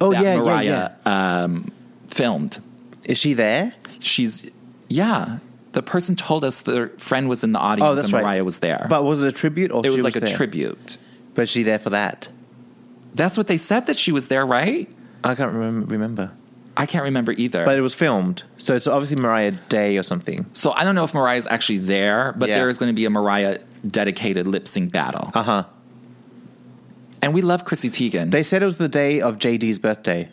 Speaker 2: Oh
Speaker 3: that
Speaker 2: yeah,
Speaker 3: Mariah
Speaker 2: yeah,
Speaker 3: Um, filmed.
Speaker 2: yeah. Is she there?
Speaker 3: She's yeah. The person told us their friend was in the audience
Speaker 2: Oh, that's
Speaker 3: and
Speaker 2: right.
Speaker 3: Mariah was there.
Speaker 2: But was it a tribute or
Speaker 3: Uh-huh.
Speaker 2: she
Speaker 3: it was like a
Speaker 2: there?
Speaker 3: tribute.
Speaker 2: But is she there for that?
Speaker 3: That's what they said that she was there, right?
Speaker 2: I can't remem- remember.
Speaker 3: I can't remember either.
Speaker 2: But it was filmed, so it's obviously Mariah Day or something.
Speaker 3: So I don't know if Mariah's actually there, but
Speaker 2: Yeah.
Speaker 3: there is going to be a Mariah dedicated lip sync battle.
Speaker 2: Uh huh.
Speaker 3: And we love Chrissy Teigen.
Speaker 2: They said it was the day of JD's birthday,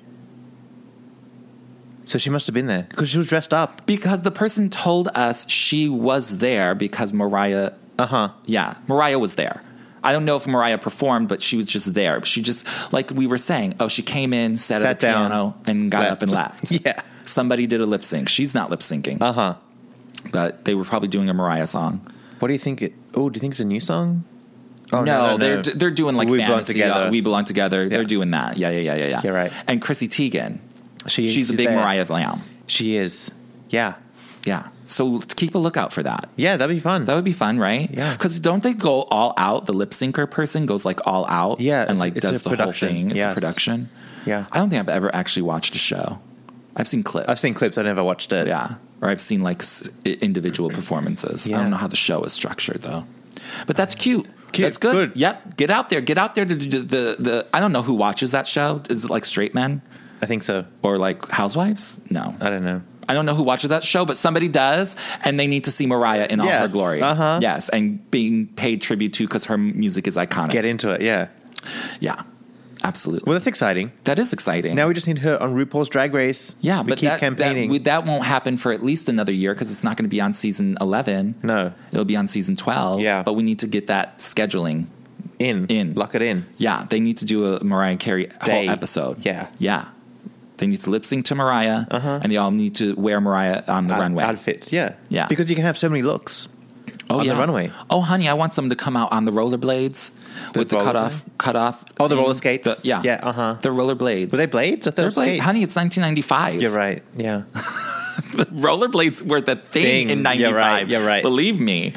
Speaker 2: so she must have been there because she was dressed up.
Speaker 3: because the person told us she was there because Mariah,
Speaker 2: Uh huh.
Speaker 3: yeah, Mariah was there. I don't know if Mariah performed, but she was just there. She just, like we were saying, oh, she came in, sat,
Speaker 2: Sat
Speaker 3: at the
Speaker 2: down,
Speaker 3: piano, and got up and left.
Speaker 2: yeah.
Speaker 3: Somebody did a lip sync. She's not lip syncing,
Speaker 2: Uh huh.
Speaker 3: but they were probably doing a Mariah song.
Speaker 2: What do you think? It, oh, do you think it's a new song? Oh,
Speaker 3: no, they're they're doing like
Speaker 2: we belong
Speaker 3: fantasy. uh,
Speaker 2: together.
Speaker 3: we belong together. They're
Speaker 2: Yeah.
Speaker 3: doing that. Yeah, yeah, yeah, yeah, yeah.
Speaker 2: Yeah, right.
Speaker 3: And Chrissy Teigen,
Speaker 2: She-
Speaker 3: she's, a big
Speaker 2: there.
Speaker 3: Mariah Lamb.
Speaker 2: She is. Yeah.
Speaker 3: Yeah. So l- keep a lookout for that.
Speaker 2: Yeah, that'd be fun.
Speaker 3: That would be fun, right?
Speaker 2: Yeah.
Speaker 3: Because don't they go all out? The lip syncer person goes like all out.
Speaker 2: Yeah,
Speaker 3: And
Speaker 2: it's-
Speaker 3: like
Speaker 2: it's
Speaker 3: does
Speaker 2: a
Speaker 3: the
Speaker 2: production.
Speaker 3: whole thing. It's a
Speaker 2: Yes.
Speaker 3: production.
Speaker 2: yeah.
Speaker 3: I don't think I've ever actually watched a show. I've seen clips.
Speaker 2: I've seen clips. I never watched it.
Speaker 3: Yeah. Or I've seen like s- i- individual performances. I
Speaker 2: Yeah.
Speaker 3: don't know how the show is structured though. But that's cute.
Speaker 2: Cute.
Speaker 3: That's good.
Speaker 2: Good.
Speaker 3: Yep. Get out there. Get out there to do the, the, the. I don't know who watches that show. Is it like straight men
Speaker 2: I think so.
Speaker 3: or like housewives? No.
Speaker 2: I don't know.
Speaker 3: I don't know who watches that show, but somebody does, and they need to see Mariah in all her
Speaker 2: Yes.
Speaker 3: glory.
Speaker 2: Uh-huh.
Speaker 3: Yes, and being paid tribute to because her music is iconic.
Speaker 2: Get into it. Yeah.
Speaker 3: Yeah, absolutely.
Speaker 2: Well, that's exciting.
Speaker 3: that is exciting.
Speaker 2: Now we just need her on RuPaul's Drag Race.
Speaker 3: yeah,
Speaker 2: we
Speaker 3: but
Speaker 2: keep
Speaker 3: that,
Speaker 2: campaigning.
Speaker 3: That, we- that won't happen for at least another year because it's not going to be on season eleven.
Speaker 2: No.
Speaker 3: it'll be on season twelve.
Speaker 2: Yeah.
Speaker 3: but we need to get that scheduling.
Speaker 2: in,
Speaker 3: In.
Speaker 2: lock it in.
Speaker 3: Yeah, they need to do a Mariah Carey
Speaker 2: Day.
Speaker 3: whole episode.
Speaker 2: Yeah.
Speaker 3: yeah. They need to lip sync to Mariah,
Speaker 2: Uh-huh.
Speaker 3: and they all need to wear Mariah on the
Speaker 2: Out-
Speaker 3: runway.
Speaker 2: outfits. Yeah,
Speaker 3: Yeah.
Speaker 2: Because you can have so many looks.
Speaker 3: oh,
Speaker 2: on the runway.
Speaker 3: Oh, honey, I want someone to come out on the rollerblades with the
Speaker 2: roller
Speaker 3: cutoff, cutoff.
Speaker 2: Oh, the
Speaker 3: thing.
Speaker 2: roller skates?
Speaker 3: The- yeah,
Speaker 2: Yeah, uh-huh.
Speaker 3: The rollerblades.
Speaker 2: Were they blades? I thought it
Speaker 3: They're
Speaker 2: was
Speaker 3: blade.
Speaker 2: skates.
Speaker 3: Honey, it's 1995.
Speaker 2: You're right. Yeah.
Speaker 3: Rollerblades were the thing,
Speaker 2: Thing.
Speaker 3: in
Speaker 2: You're
Speaker 3: 95.
Speaker 2: right, you're right.
Speaker 3: Believe me.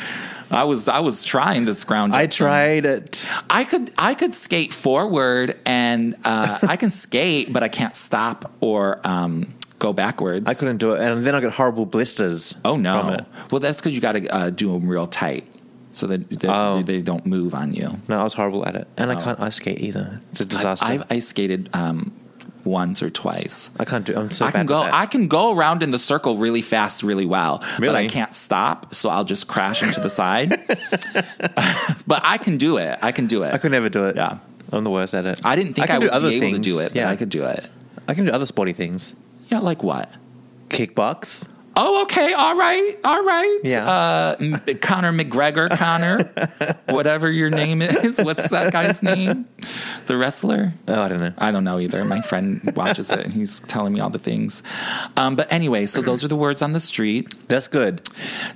Speaker 3: I was I was trying to scrounge.
Speaker 2: I
Speaker 3: up some-
Speaker 2: tried it.
Speaker 3: I could I could skate forward and uh, I can skate, but I can't stop or um, go backwards.
Speaker 2: I couldn't do it, and then I got horrible blisters.
Speaker 3: Oh
Speaker 2: from
Speaker 3: no!
Speaker 2: it.
Speaker 3: Well, that's because you got to uh, do them real tight so that they,
Speaker 2: Oh.
Speaker 3: they don't move on you.
Speaker 2: No, I was horrible at it, and I can't ice skate either. It's a disaster. I,
Speaker 3: Oh. I've, I've ice skated um, once or twice.
Speaker 2: can't do. I'm so
Speaker 3: I
Speaker 2: bad.
Speaker 3: can go.
Speaker 2: At that.
Speaker 3: I can go around in the circle really fast, really well, but I
Speaker 2: Really?
Speaker 3: can't stop, so I'll just crash into the side. but I can do it. I can do it.
Speaker 2: I could never do it.
Speaker 3: Yeah.
Speaker 2: I'm the worst at it.
Speaker 3: I didn't think I,
Speaker 2: can do
Speaker 3: would
Speaker 2: other
Speaker 3: be able to
Speaker 2: things.
Speaker 3: do it, but
Speaker 2: Yeah,
Speaker 3: I could do it.
Speaker 2: I can do other sporty things.
Speaker 3: Yeah, like what?
Speaker 2: Kickbox.
Speaker 3: Oh, okay. All right. All right.
Speaker 2: Yeah.
Speaker 3: Uh, M- Conor McGregor, Conor, whatever your name is. What's that guy's name? The wrestler?
Speaker 2: Oh, I don't know.
Speaker 3: I don't know either. My friend watches it and he's telling me all the things. Um, but anyway, so those are the words on the street.
Speaker 2: That's good.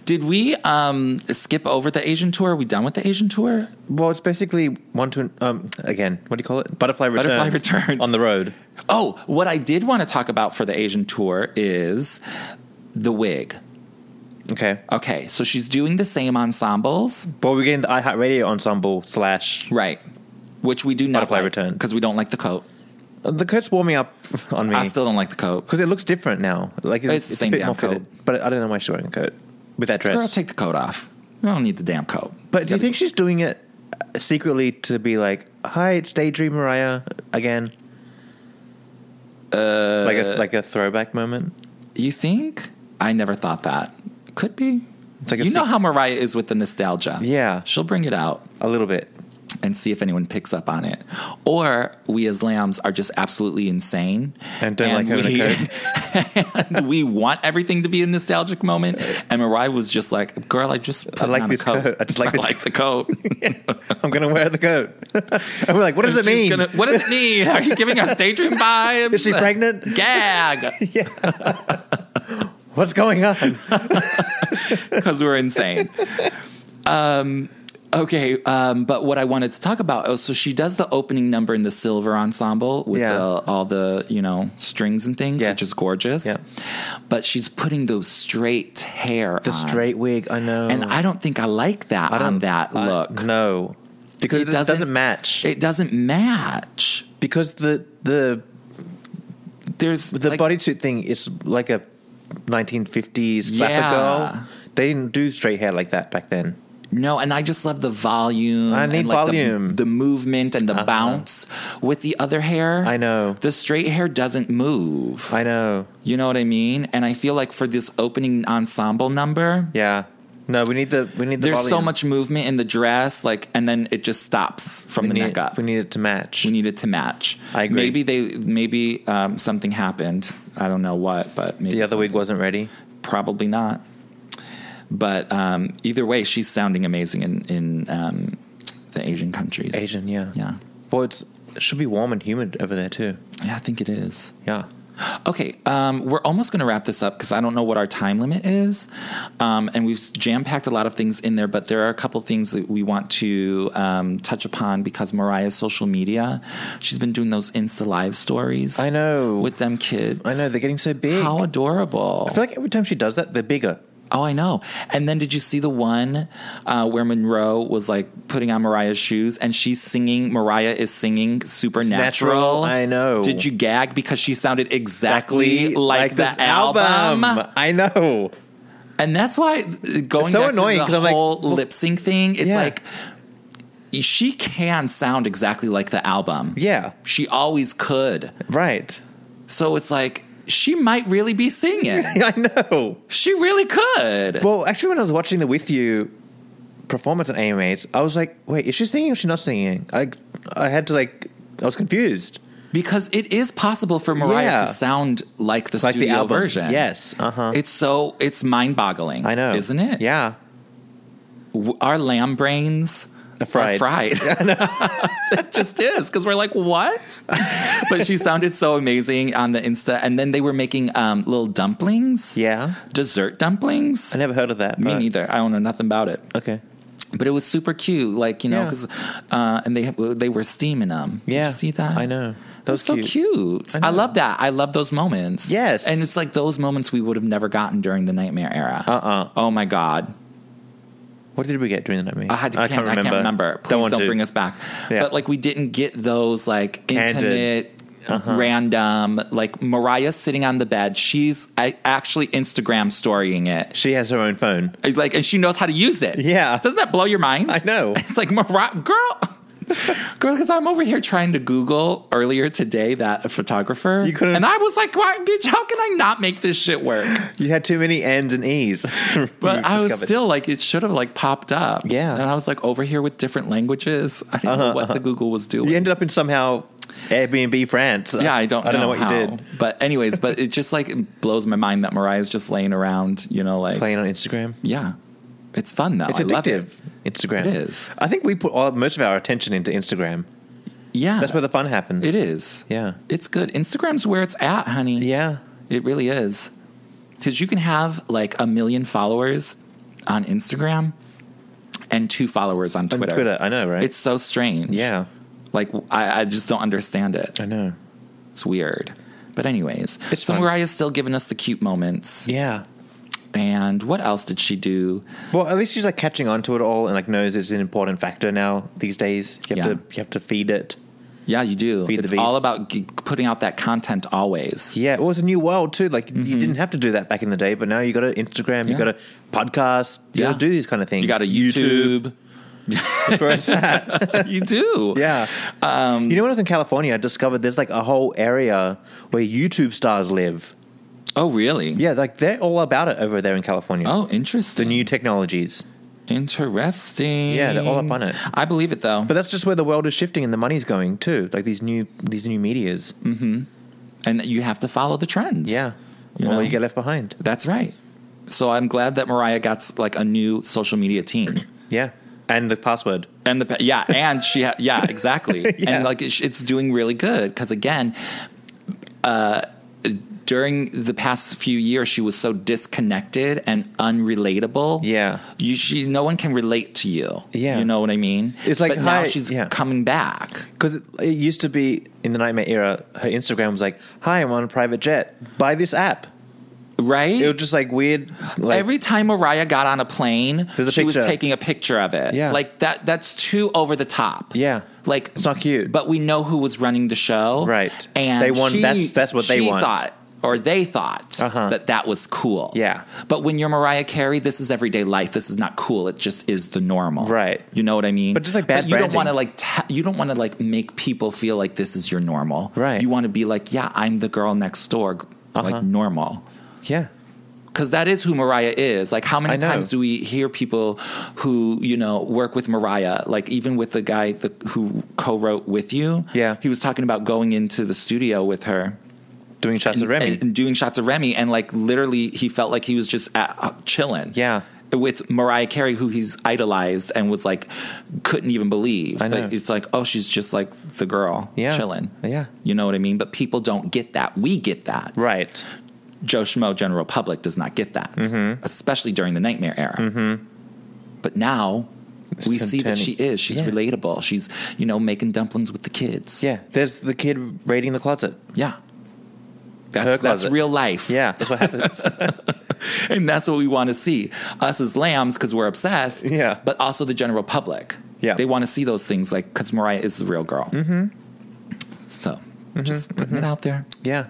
Speaker 3: Did we um, skip over the Asian tour? Are we done with the Asian tour?
Speaker 2: Well, it's basically one to um again. What do you call it? Butterfly returns.
Speaker 3: Butterfly returns.
Speaker 2: on the road.
Speaker 3: Oh, what I did want to talk about for the Asian tour is the wig.
Speaker 2: Okay.
Speaker 3: Okay, so she's doing the same ensembles.
Speaker 2: Well, we're getting the iHeartRadio ensemble slash.
Speaker 3: Right. Which we do not
Speaker 2: Butterfly return.
Speaker 3: because we don't like the coat.
Speaker 2: The coat's warming up on me
Speaker 3: I
Speaker 2: because
Speaker 3: still don't like the coat.
Speaker 2: it looks different now. Like it's,
Speaker 3: It's the
Speaker 2: it's
Speaker 3: same
Speaker 2: a bit
Speaker 3: damn
Speaker 2: more
Speaker 3: coat.
Speaker 2: fitted. But I don't know why she's wearing a coat with that dress.
Speaker 3: Girl, take the coat off. I don't need the damn coat.
Speaker 2: but do you
Speaker 3: Gotta-
Speaker 2: think she's doing it uh, secretly to be like, "Hi, it's Daydream Mariah again"? Uh, like a like a throwback moment.
Speaker 3: you think? I never thought that. Could be.
Speaker 2: It's like a
Speaker 3: you know
Speaker 2: sec-
Speaker 3: how Mariah is with the nostalgia.
Speaker 2: Yeah.
Speaker 3: she'll bring it out.
Speaker 2: A little bit.
Speaker 3: and see if anyone picks up on it. Or we as lambs are just absolutely insane
Speaker 2: And don't like having
Speaker 3: we,
Speaker 2: a coat.
Speaker 3: and we want everything to be a nostalgic moment. And Mariah was just like, "Girl, I just put
Speaker 2: like
Speaker 3: on
Speaker 2: this
Speaker 3: a coat.
Speaker 2: coat. I just like this-
Speaker 3: the coat.
Speaker 2: I'm going to wear the coat. and we're like, what does it
Speaker 3: She's
Speaker 2: mean?
Speaker 3: gonna- what does it mean? Are you giving us daydream vibes?
Speaker 2: Is she pregnant?
Speaker 3: Gag,
Speaker 2: What's going on?
Speaker 3: because we're insane. Um, okay, um, but what I wanted to talk about. Oh, so she does the opening number in the silver ensemble with
Speaker 2: Yeah.
Speaker 3: the, all the you know strings and things,
Speaker 2: Yeah.
Speaker 3: which is gorgeous.
Speaker 2: Yeah.
Speaker 3: But she's putting those straight hair,
Speaker 2: The
Speaker 3: on.
Speaker 2: straight wig, I know.
Speaker 3: and I don't think I like that on that
Speaker 2: I-
Speaker 3: look.
Speaker 2: No. Because
Speaker 3: It
Speaker 2: it, doesn't,
Speaker 3: doesn't-
Speaker 2: match.
Speaker 3: It doesn't match.
Speaker 2: because the the
Speaker 3: There's
Speaker 2: the
Speaker 3: like,
Speaker 2: bodysuit thing is like a 1950s flapper
Speaker 3: Yeah.
Speaker 2: girl. They didn't do straight hair like that back then.
Speaker 3: No, and I just love the volume.
Speaker 2: I need
Speaker 3: and like the-
Speaker 2: volume. Uh-huh.
Speaker 3: The, movement and the bounce with the other hair.
Speaker 2: I know.
Speaker 3: The straight hair doesn't move.
Speaker 2: I know.
Speaker 3: you know what I mean? And I feel like for this opening ensemble number,
Speaker 2: Yeah. No, we need the we need the
Speaker 3: there's so
Speaker 2: volume.
Speaker 3: much movement in the dress, like, and then it just stops from
Speaker 2: we
Speaker 3: the
Speaker 2: need,
Speaker 3: neck up.
Speaker 2: We need it to match.
Speaker 3: We need it to match.
Speaker 2: I agree.
Speaker 3: Maybe they, maybe um, something happened. I don't know what, but maybe
Speaker 2: the other wig
Speaker 3: something-
Speaker 2: wasn't ready.
Speaker 3: probably not. But um, either way, she's sounding amazing in in um, the Asian countries.
Speaker 2: Asian, yeah.
Speaker 3: yeah,
Speaker 2: Well, it's, it should be warm and humid over there too.
Speaker 3: yeah. I think it is.
Speaker 2: Yeah.
Speaker 3: Okay, um, we're almost going to wrap this up because I don't know what our time limit is, um, and we've jam packed a lot of things in there. But there are a couple things that we want to um, touch upon because Mariah's social media, she's been doing those Insta live stories.
Speaker 2: I know.
Speaker 3: with them kids.
Speaker 2: I know they're getting so big.
Speaker 3: How adorable!
Speaker 2: I feel like every time she does that, they're bigger.
Speaker 3: Oh, I know. And then did you see the one uh, where Monroe was like putting on Mariah's shoes and she's singing? Mariah is singing Supernatural.
Speaker 2: Natural, I know.
Speaker 3: Did you gag because she sounded exactly, like,
Speaker 2: this
Speaker 3: the album.
Speaker 2: I know.
Speaker 3: And that's why uh, going
Speaker 2: It's so
Speaker 3: back
Speaker 2: annoying,
Speaker 3: to
Speaker 2: 'cause
Speaker 3: the
Speaker 2: I'm like,
Speaker 3: whole
Speaker 2: well-
Speaker 3: lip sync thing, it's
Speaker 2: Yeah.
Speaker 3: like she can sound exactly like the album.
Speaker 2: Yeah.
Speaker 3: She always could.
Speaker 2: Right.
Speaker 3: So it's like she might really be singing.
Speaker 2: I know.
Speaker 3: she really could.
Speaker 2: Well, actually, when I was watching the With You performance on AMAs, I was like, wait, is she singing or is she not singing? I, I had to, like, I was confused.
Speaker 3: Because it is possible for Mariah
Speaker 2: Yeah.
Speaker 3: to sound like the
Speaker 2: Like the
Speaker 3: studio
Speaker 2: album.
Speaker 3: version.
Speaker 2: Yes. Uh-huh.
Speaker 3: It's so it's mind boggling.
Speaker 2: I know.
Speaker 3: Isn't it?
Speaker 2: Yeah.
Speaker 3: W- Our lamb brains
Speaker 2: Are fried.
Speaker 3: Are fried. it just is. Because we're like, what? but she sounded so amazing on the Insta. And then they were making um, little dumplings.
Speaker 2: Yeah.
Speaker 3: Dessert dumplings.
Speaker 2: I never heard of that.
Speaker 3: Me
Speaker 2: but-
Speaker 3: neither. I don't know nothing about it.
Speaker 2: Okay.
Speaker 3: But it was super cute, like you know,
Speaker 2: Yeah.
Speaker 3: because uh, and they they were steaming them. Did
Speaker 2: Yeah.
Speaker 3: you see that?
Speaker 2: I know.
Speaker 3: That was so cute. I, love that. I love those moments.
Speaker 2: Yes.
Speaker 3: And it's like those moments we would have never gotten during the nightmare era.
Speaker 2: Uh-uh.
Speaker 3: Oh my God.
Speaker 2: What did we get during the nightmare?
Speaker 3: I had to can't, I can't remember. Please
Speaker 2: don't
Speaker 3: don't,
Speaker 2: want to.
Speaker 3: bring us back.
Speaker 2: Yeah.
Speaker 3: But like we didn't get those like
Speaker 2: Candid.
Speaker 3: intimate Uh-huh. Random, like Mariah sitting on the bed. She's I, actually Instagram storying it.
Speaker 2: She has her own phone.
Speaker 3: It's Like, and she knows how to use it.
Speaker 2: Yeah.
Speaker 3: Doesn't that blow your mind?
Speaker 2: I know.
Speaker 3: It's like, Mariah, girl, girl, because I'm over here trying to Google earlier today that photographer.
Speaker 2: You couldn't-
Speaker 3: And I was like, why, bitch, how can I not make this shit work?
Speaker 2: You had too many N's and E's.
Speaker 3: But
Speaker 2: We've
Speaker 3: I was
Speaker 2: discovered.
Speaker 3: still like, it should have like popped up.
Speaker 2: Yeah. Uh-huh,
Speaker 3: And I was like over here with different languages. I didn't know what the Google was doing.
Speaker 2: You ended up in somehow Airbnb France.
Speaker 3: yeah, I don't.
Speaker 2: I don't know, what
Speaker 3: how.
Speaker 2: you did.
Speaker 3: But anyways, but it just like it blows my mind that Mariah's just laying around. You know, like
Speaker 2: Playing on Instagram.
Speaker 3: yeah, it's fun though.
Speaker 2: It's
Speaker 3: I love
Speaker 2: addictive.
Speaker 3: it.
Speaker 2: Instagram.
Speaker 3: It is.
Speaker 2: I think we put all, most of our attention into Instagram.
Speaker 3: Yeah,
Speaker 2: That's where the fun happens.
Speaker 3: it is.
Speaker 2: Yeah.
Speaker 3: It's good. Instagram's where it's at, honey.
Speaker 2: Yeah.
Speaker 3: It really is. Because you can have like a million followers on Instagram and two followers on Twitter.
Speaker 2: Twitter, I know, right?
Speaker 3: It's so strange.
Speaker 2: Yeah.
Speaker 3: Like, I, I just don't understand it.
Speaker 2: I know.
Speaker 3: It's weird. But, anyways,
Speaker 2: It's
Speaker 3: so
Speaker 2: fun.
Speaker 3: Mariah's still giving us the cute moments.
Speaker 2: Yeah.
Speaker 3: And what else did she do?
Speaker 2: Well, at least she's like catching on to it all and like knows it's an important factor now these days. You have to
Speaker 3: Yeah.
Speaker 2: you have to feed it.
Speaker 3: Yeah, you do.
Speaker 2: Feed the
Speaker 3: it's all
Speaker 2: beast.
Speaker 3: about g- putting out that content always.
Speaker 2: Yeah, well, it's a new world too. Like you didn't have to do that back in the day, but now you got to Instagram, you
Speaker 3: Mm-hmm. Yeah.
Speaker 2: got to podcast, you
Speaker 3: Yeah.
Speaker 2: got to do these kind of things.
Speaker 3: You got a YouTube.
Speaker 2: That's where it's at.
Speaker 3: you do.
Speaker 2: yeah.
Speaker 3: Um,
Speaker 2: you know, when I was in California, I discovered there's like a whole area where YouTube stars live.
Speaker 3: Oh, really?
Speaker 2: Yeah, like they're all about it over there in California.
Speaker 3: Oh, interesting.
Speaker 2: The new technologies.
Speaker 3: Interesting.
Speaker 2: Yeah, they're all up on it.
Speaker 3: I believe it though.
Speaker 2: But that's just where the world is shifting and the money's going too. Like these new these new medias.
Speaker 3: and you have to follow the trends.
Speaker 2: Yeah.
Speaker 3: You
Speaker 2: or
Speaker 3: know?
Speaker 2: you get left behind.
Speaker 3: That's right. So I'm glad that Mariah got like a new social media team.
Speaker 2: Yeah. And the password.
Speaker 3: And the pa- yeah, and she ha- yeah, exactly.
Speaker 2: Yeah.
Speaker 3: And like it's, it's doing really good because again, uh, during the past few years, she was so disconnected and unrelatable.
Speaker 2: Yeah.
Speaker 3: you she no one can relate to you.
Speaker 2: Yeah.
Speaker 3: you know what I mean.
Speaker 2: It's like,
Speaker 3: but now
Speaker 2: hi-
Speaker 3: she's
Speaker 2: yeah.
Speaker 3: coming back.
Speaker 2: Because it, it used to be in the Nightmare era, her Instagram was like, "Hi, I'm on a private jet. Buy this app."
Speaker 3: Right.
Speaker 2: It was just like weird. Like
Speaker 3: Every time Mariah got on a plane,
Speaker 2: There's a
Speaker 3: she was
Speaker 2: picture.
Speaker 3: taking a picture of it.
Speaker 2: Yeah.
Speaker 3: Like that that's too over the top.
Speaker 2: Yeah.
Speaker 3: Like
Speaker 2: It's not cute.
Speaker 3: But we know who was running the show.
Speaker 2: Right.
Speaker 3: And
Speaker 2: They want-
Speaker 3: she-
Speaker 2: that's- that's what they
Speaker 3: she
Speaker 2: want.
Speaker 3: thought or they thought
Speaker 2: Uh-huh.
Speaker 3: that that was cool.
Speaker 2: Yeah.
Speaker 3: But when you're Mariah Carey, this is everyday life. This is not cool. It just is the normal.
Speaker 2: Right.
Speaker 3: You know what I mean?
Speaker 2: But just like bad
Speaker 3: you don't
Speaker 2: branding.
Speaker 3: want to like ta- you don't want to like make people feel like this is your normal.
Speaker 2: Right.
Speaker 3: You want to be like, yeah, I'm the girl next door,
Speaker 2: Uh-huh.
Speaker 3: like normal
Speaker 2: yeah,
Speaker 3: because that is who Mariah is. Like, how
Speaker 2: I
Speaker 3: many
Speaker 2: know.
Speaker 3: times do we hear people who you know work with Mariah? Like, even with the guy the, who co-wrote with you,
Speaker 2: Yeah.
Speaker 3: he was talking about going into the studio with her
Speaker 2: doing shots
Speaker 3: and,
Speaker 2: of Remy.
Speaker 3: and doing shots of Remy, and like literally, he felt like he was just at, uh, chilling.
Speaker 2: Yeah.
Speaker 3: With Mariah Carey, who he's idolized and was like, couldn't even believe.
Speaker 2: I know.
Speaker 3: But it's like, oh, she's just like the girl,
Speaker 2: Yeah.
Speaker 3: chilling.
Speaker 2: Yeah.
Speaker 3: You know what I mean? But people don't get that. We get that.
Speaker 2: right.
Speaker 3: Joe Schmo general public does not get that,
Speaker 2: Mm-hmm.
Speaker 3: especially during the nightmare era. But now we
Speaker 2: ten-
Speaker 3: see
Speaker 2: ten-
Speaker 3: that she is. She's
Speaker 2: yeah.
Speaker 3: relatable. She's you know making dumplings with the kids.
Speaker 2: Yeah. There's the kid raiding the closet.
Speaker 3: yeah. That's, that's
Speaker 2: closet.
Speaker 3: real life.
Speaker 2: Yeah, that's what happens.
Speaker 3: And that's what we want to see. Us as lambs, because we're obsessed.
Speaker 2: Yeah.
Speaker 3: But also the general public.
Speaker 2: Yeah.
Speaker 3: They want to see those things, like, because Mariah is the real girl. Mm-hmm. So
Speaker 2: Mm-hmm.
Speaker 3: just putting it out there.
Speaker 2: yeah,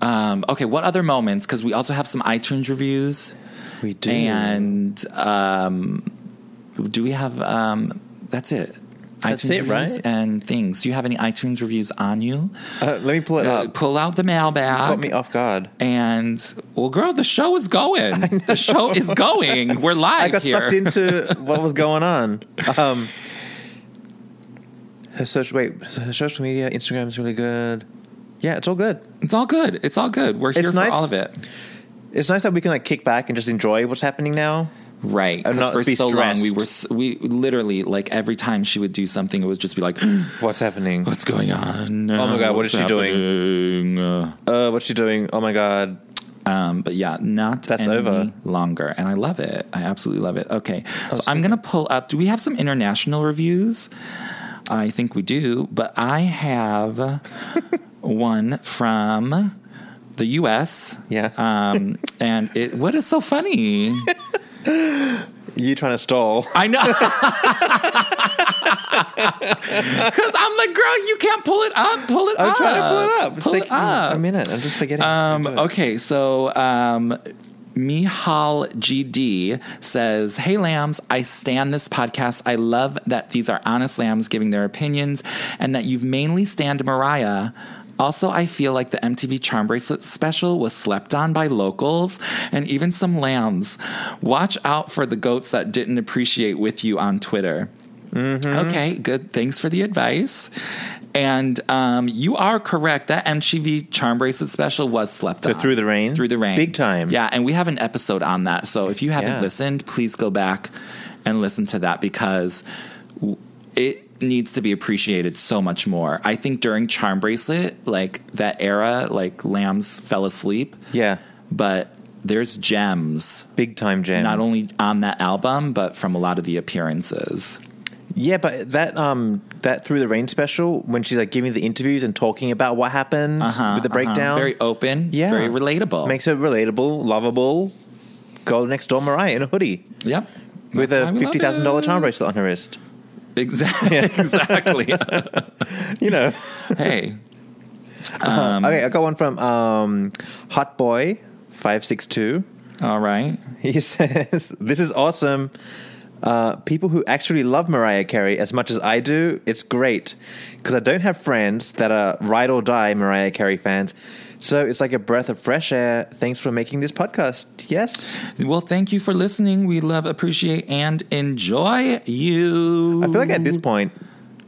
Speaker 3: Um, okay, what other moments? Because we also have some iTunes reviews.
Speaker 2: we do.
Speaker 3: And um, do we have? Um, that's it.
Speaker 2: That's
Speaker 3: iTunes
Speaker 2: it,
Speaker 3: reviews
Speaker 2: right?
Speaker 3: And things. Do you have any iTunes reviews on you?
Speaker 2: uh, let me pull it
Speaker 3: Uh,
Speaker 2: up.
Speaker 3: pull out the mailbag.
Speaker 2: Caught me off guard.
Speaker 3: And well, girl, the show is going. The show is going. We're live
Speaker 2: I got
Speaker 3: here.
Speaker 2: sucked into what was going on. Um, her social wait, her social media, Instagram is really good. Yeah, it's all good.
Speaker 3: It's all good. It's all good. We're here for
Speaker 2: nice.
Speaker 3: all of it.
Speaker 2: It's nice that we can like kick back and just enjoy what's happening now.
Speaker 3: Right.
Speaker 2: And
Speaker 3: Because
Speaker 2: not
Speaker 3: for
Speaker 2: be
Speaker 3: so long, we
Speaker 2: stressed.
Speaker 3: were s- we literally like every time she would do something, it would just be like,
Speaker 2: What's happening?
Speaker 3: "What's going on?
Speaker 2: Oh my God, what is she doing?
Speaker 3: doing?" Uh,
Speaker 2: Uh, what's she doing? Oh my god!
Speaker 3: Um, but yeah, not
Speaker 2: That's
Speaker 3: any
Speaker 2: over. Oh,
Speaker 3: longer, and I love it. I absolutely love it. Okay, so I'm gonna pull up. Do we have some international reviews? I think we do, but I have one from the U.S.
Speaker 2: Yeah.
Speaker 3: um, and it. What is so funny?
Speaker 2: You trying to stall?
Speaker 3: I know. Because I'm like, girl, you can't pull it up. Pull it
Speaker 2: I'm
Speaker 3: up.
Speaker 2: trying to pull it up. It's
Speaker 3: Ah, Pull it
Speaker 2: taking
Speaker 3: up.
Speaker 2: a minute. I'm just forgetting.
Speaker 3: Um, okay, so um, Mihal GD says, Hey lambs, I stand this podcast. I love that these are honest lambs giving their opinions and that you've mainly stand Mariah. Also, I feel like the MTV Charm Bracelet special was slept on by locals and even some lambs. Watch out for the goats that didn't appreciate with you on Twitter.
Speaker 2: Mm-hmm.
Speaker 3: Okay, good. Thanks for the advice. And um, you are correct. That MTV Charm Bracelet special was slept
Speaker 2: So
Speaker 3: on.
Speaker 2: Through the Rain?
Speaker 3: Through the Rain.
Speaker 2: Big time.
Speaker 3: Yeah, and we have an episode on that. So if you haven't
Speaker 2: Yeah.
Speaker 3: listened, please go back and listen to that because w- it needs to be appreciated so much more. I think during Charm Bracelet, like that era, like lambs fell asleep.
Speaker 2: yeah,
Speaker 3: But there's gems
Speaker 2: big time jam.
Speaker 3: not only on that album, but from a lot of the appearances.
Speaker 2: yeah, but that um that Through the Rain special when she's like giving the interviews and talking about what happened
Speaker 3: Uh-huh,
Speaker 2: with the
Speaker 3: uh-huh.
Speaker 2: breakdown.
Speaker 3: Very open.
Speaker 2: Yeah.
Speaker 3: Very relatable.
Speaker 2: Oh. Makes her relatable, lovable. Girl next door Mariah in a hoodie
Speaker 3: yep.
Speaker 2: with
Speaker 3: That's why
Speaker 2: a
Speaker 3: we love
Speaker 2: fifty thousand dollar charm
Speaker 3: it.
Speaker 2: bracelet on her wrist.
Speaker 3: Exactly. exactly.
Speaker 2: You know.
Speaker 3: hey.
Speaker 2: okay, I got one from um, Hot Boy five six two.
Speaker 3: All right.
Speaker 2: He says, "This is awesome. Uh, people who actually love Mariah Carey as much as I do, it's great because I don't have friends that are ride or die Mariah Carey fans. So it's like a breath of fresh air. Thanks for making this podcast. Yes,
Speaker 3: Well, thank you for listening. We love, appreciate, and enjoy you.
Speaker 2: I feel like at this point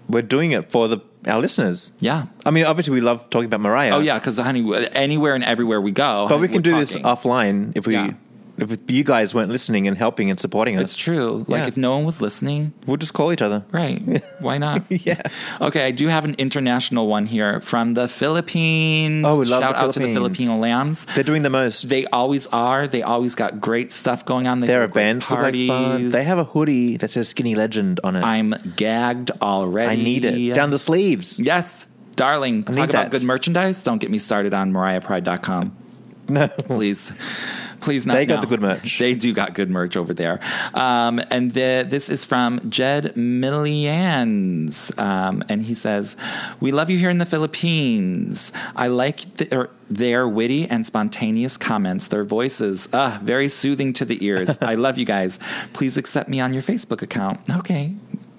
Speaker 2: we're doing it for the our listeners.
Speaker 3: yeah.
Speaker 2: I mean, obviously we love talking about Mariah.
Speaker 3: Oh yeah, because honey, anywhere and everywhere we go,
Speaker 2: but we
Speaker 3: honey,
Speaker 2: can do
Speaker 3: we're
Speaker 2: this
Speaker 3: talking.
Speaker 2: offline if we
Speaker 3: Yeah.
Speaker 2: if you guys weren't listening and helping and supporting us.
Speaker 3: It's true. Like
Speaker 2: Yeah.
Speaker 3: if no one was listening,
Speaker 2: We'll just call each other.
Speaker 3: right? Why not?
Speaker 2: Yeah.
Speaker 3: Okay, I do have an international one here from the Philippines.
Speaker 2: Oh, we love the
Speaker 3: Shout out to the
Speaker 2: Philippines.
Speaker 3: Filipino lambs.
Speaker 2: They're doing the most.
Speaker 3: They always are. They always got great stuff going on. They
Speaker 2: Their
Speaker 3: do great
Speaker 2: events look like fun. They have a hoodie that says Skinny Legend on it.
Speaker 3: I'm gagged
Speaker 2: I
Speaker 3: already.
Speaker 2: need it. Down the sleeves.
Speaker 3: Yes,
Speaker 2: I
Speaker 3: darling. talk
Speaker 2: need
Speaker 3: about
Speaker 2: that.
Speaker 3: good merchandise. Don't get me started on MariahPride.com.
Speaker 2: No.
Speaker 3: Please, please not.
Speaker 2: They got
Speaker 3: now.
Speaker 2: the good merch.
Speaker 3: They do got good merch over there. Um, and the, this is from Jed Millians, um, and he says, "We love you here in the Philippines. I like their, their witty and spontaneous comments. Their voices, ah, very soothing to the ears. I love you guys. Please accept me on your Facebook account. Okay,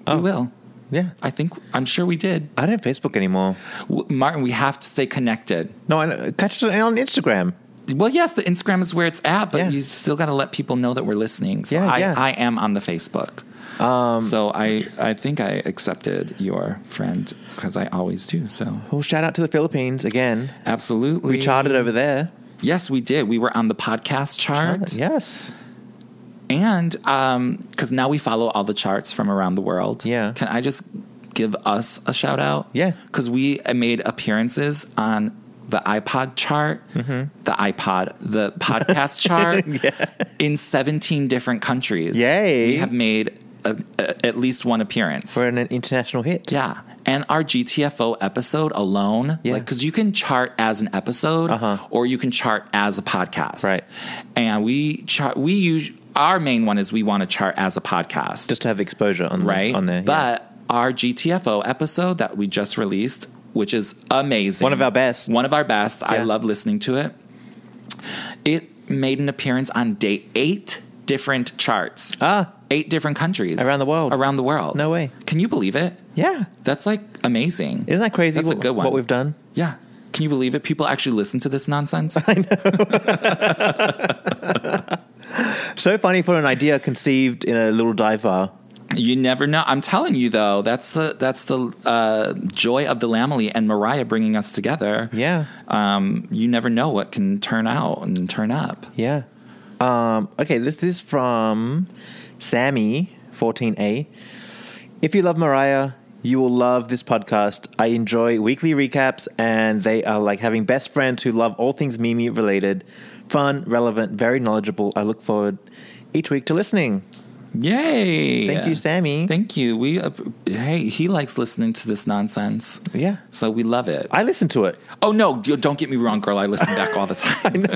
Speaker 2: Oh.
Speaker 3: we will."
Speaker 2: Yeah.
Speaker 3: I think I'm sure we did.
Speaker 2: I don't have Facebook anymore.
Speaker 3: W- Martin, we have to stay connected.
Speaker 2: No, I don't- catch us on Instagram.
Speaker 3: Well, yes, the Instagram is where it's at, but
Speaker 2: Yeah.
Speaker 3: you still got to let people know that we're listening. So
Speaker 2: Yeah,
Speaker 3: I,
Speaker 2: yeah. Um,
Speaker 3: I am on the Facebook. so I, I think I accepted your friend because I always do. So
Speaker 2: Well, Oh, shout out to the Philippines again.
Speaker 3: absolutely,
Speaker 2: We charted over there.
Speaker 3: Yes, we did. We were on the podcast chart,
Speaker 2: Yes.
Speaker 3: and because now we follow all the charts from around the world.
Speaker 2: Yeah.
Speaker 3: can I just give us a shout out?
Speaker 2: Yeah.
Speaker 3: because we made appearances on the iPod chart,
Speaker 2: Mm-hmm.
Speaker 3: the iPod, the podcast chart in 17 different countries.
Speaker 2: Yay.
Speaker 3: We have made a, a- at least one appearance.
Speaker 2: We're in an international hit.
Speaker 3: yeah. And our GTFO episode alone,
Speaker 2: Yeah.
Speaker 3: like, because you can chart as an episode
Speaker 2: Uh-huh.
Speaker 3: or you can chart as a podcast.
Speaker 2: Right.
Speaker 3: And we chart, we use our main one is we want to chart as a podcast
Speaker 2: Just to have exposure on,
Speaker 3: right?
Speaker 2: on there. yeah.
Speaker 3: But our GTFO episode that we just released, which is amazing,
Speaker 2: One of our best.
Speaker 3: one of our best. I
Speaker 2: Yeah.
Speaker 3: love listening to it. It made an appearance on day eight different charts.
Speaker 2: Ah.
Speaker 3: eight different countries
Speaker 2: Around the world.
Speaker 3: Around the world.
Speaker 2: No way.
Speaker 3: Can you believe it?
Speaker 2: Yeah.
Speaker 3: That's like amazing.
Speaker 2: Isn't that crazy
Speaker 3: That's
Speaker 2: what,
Speaker 3: a good one.
Speaker 2: what we've done?
Speaker 3: Yeah. Can you believe it? People actually listen to this nonsense.
Speaker 2: So funny for an idea conceived in a little dive bar.
Speaker 3: You never know. I'm telling you though, that's the that's the uh, joy of the Lamely and Mariah bringing us together.
Speaker 2: Yeah.
Speaker 3: Um, you never know what can turn out and turn up.
Speaker 2: Yeah. Um, okay, this, this is from Sammy, 14A. If you love Mariah, you will love this podcast. I enjoy weekly recaps, and they are like having best friends who love all things Mimi related. Fun, relevant, very knowledgeable. I look forward each week to listening.
Speaker 3: Yay!
Speaker 2: Thank you, Sammy.
Speaker 3: Thank you. We uh, hey, he likes listening to this nonsense.
Speaker 2: yeah.
Speaker 3: So we love it.
Speaker 2: I listen to it.
Speaker 3: oh no, d- don't get me wrong, girl. I listen back all the time,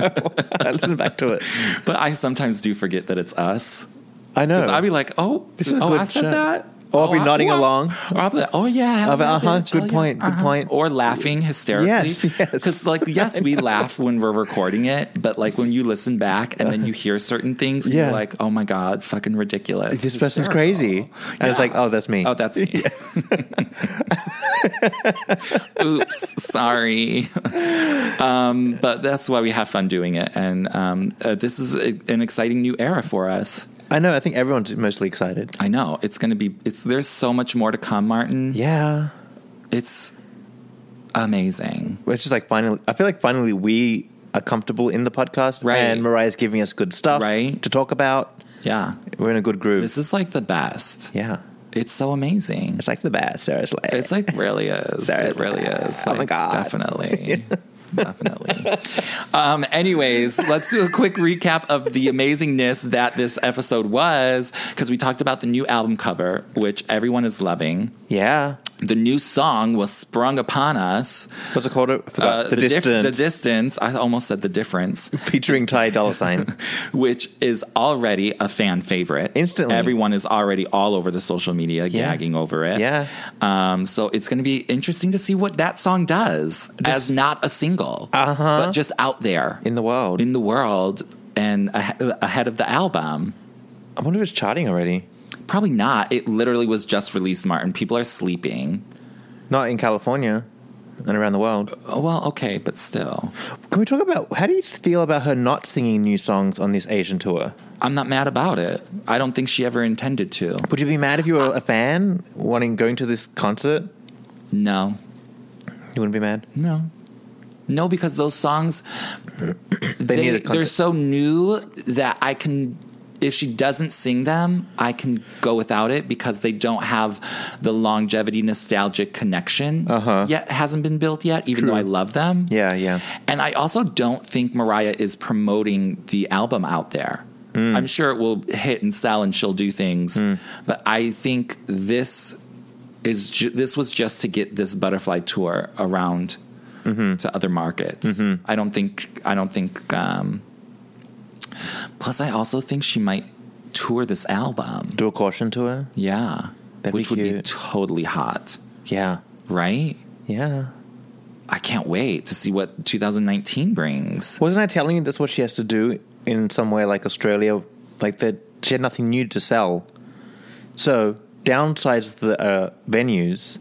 Speaker 2: I listen back to it.
Speaker 3: but I sometimes do forget that it's us.
Speaker 2: I know.
Speaker 3: Because I'll be like, oh,
Speaker 2: This is a
Speaker 3: oh,
Speaker 2: good
Speaker 3: I said
Speaker 2: show.
Speaker 3: that.
Speaker 2: Or I'll be
Speaker 3: Oh, I-
Speaker 2: nodding
Speaker 3: oh, I-
Speaker 2: along.
Speaker 3: Or I'll be like, oh, yeah.
Speaker 2: I'll be,
Speaker 3: yeah,
Speaker 2: uh-huh,
Speaker 3: bitch,
Speaker 2: good
Speaker 3: oh, yeah,
Speaker 2: point, good point.
Speaker 3: Or laughing hysterically.
Speaker 2: Yes, yes.
Speaker 3: Because, like, yes, we laugh when we're recording it, but, like, when you listen back and then you hear certain things,
Speaker 2: Uh-huh. Yeah.
Speaker 3: you're like, oh my God, fucking ridiculous.
Speaker 2: this person's
Speaker 3: Hysterical.
Speaker 2: crazy. And it's
Speaker 3: Yeah.
Speaker 2: like, oh, that's me.
Speaker 3: Oh, that's me. Oops, sorry. um, but that's why we have fun doing it. And um, uh, this is a, an exciting new era for us.
Speaker 2: I know. I think everyone's mostly excited.
Speaker 3: I know it's going to be. It's there's so much more to come, Martin.
Speaker 2: Yeah.
Speaker 3: It's amazing.
Speaker 2: It's just like finally, I feel like finally we are comfortable in the podcast,
Speaker 3: Right.
Speaker 2: And Mariah's giving us good stuff,
Speaker 3: Right.
Speaker 2: to talk about.
Speaker 3: Yeah,
Speaker 2: We're in a good groove.
Speaker 3: this is like the best.
Speaker 2: yeah,
Speaker 3: It's so amazing.
Speaker 2: it's like the best. Seriously,
Speaker 3: It's like really is. It
Speaker 2: Seriously.
Speaker 3: really is.
Speaker 2: Oh my God.
Speaker 3: Definitely. Definitely. Um, anyways, let's do a quick recap of the amazingness that this episode was because we talked about the new album cover, which everyone is loving.
Speaker 2: yeah.
Speaker 3: The new song was sprung upon us.
Speaker 2: What's it called? I
Speaker 3: Uh,
Speaker 2: forgot. the,
Speaker 3: dif-
Speaker 2: distance
Speaker 3: the distance. I almost said the difference,
Speaker 2: featuring Ty Dolla Sign.
Speaker 3: which is already a fan favorite.
Speaker 2: Instantly.
Speaker 3: everyone is already all over the social media, gagging over it.
Speaker 2: Yeah.
Speaker 3: Um. So it's going to be interesting to see what that song does as not a single,
Speaker 2: Uh-huh.
Speaker 3: but just out there
Speaker 2: in the world.
Speaker 3: in the world and ah- ahead of the album.
Speaker 2: I wonder if it's charting already.
Speaker 3: Probably not. It literally was just released, Martin. People are sleeping.
Speaker 2: Not in California and around the world.
Speaker 3: Oh, well, okay, but still.
Speaker 2: Can we talk about how do you feel about her not singing new songs on this Asian tour?
Speaker 3: I'm not mad about it. I don't think she ever intended to.
Speaker 2: Would you be mad if you were a fan wanting going to this concert?
Speaker 3: No.
Speaker 2: You wouldn't be mad.
Speaker 3: No. No, because those songs
Speaker 2: They, need a
Speaker 3: they're
Speaker 2: concert.
Speaker 3: so new that I can if she doesn't sing them, I can go without it because they don't have the longevity nostalgic connection
Speaker 2: Uh-huh.
Speaker 3: yet hasn't been built yet, even though I love them.
Speaker 2: yeah, yeah.
Speaker 3: And I also don't think Mariah is promoting the album out there.
Speaker 2: Mm.
Speaker 3: I'm sure it will hit and sell and she'll do things, but I think this is ju- this was just to get this butterfly tour around
Speaker 2: Mm-hmm.
Speaker 3: to other markets. I don't think I don't think um plus I also think she might tour this album.
Speaker 2: Do a caution tour.
Speaker 3: Yeah.
Speaker 2: That'd be
Speaker 3: which would be
Speaker 2: cute.
Speaker 3: totally hot,
Speaker 2: Yeah,
Speaker 3: right?
Speaker 2: yeah.
Speaker 3: I can't wait to see what 2019 brings.
Speaker 2: Wasn't I telling you that's what she has to do in somewhere like Australia? Like that, she had nothing new to sell. So downsize the uh, venues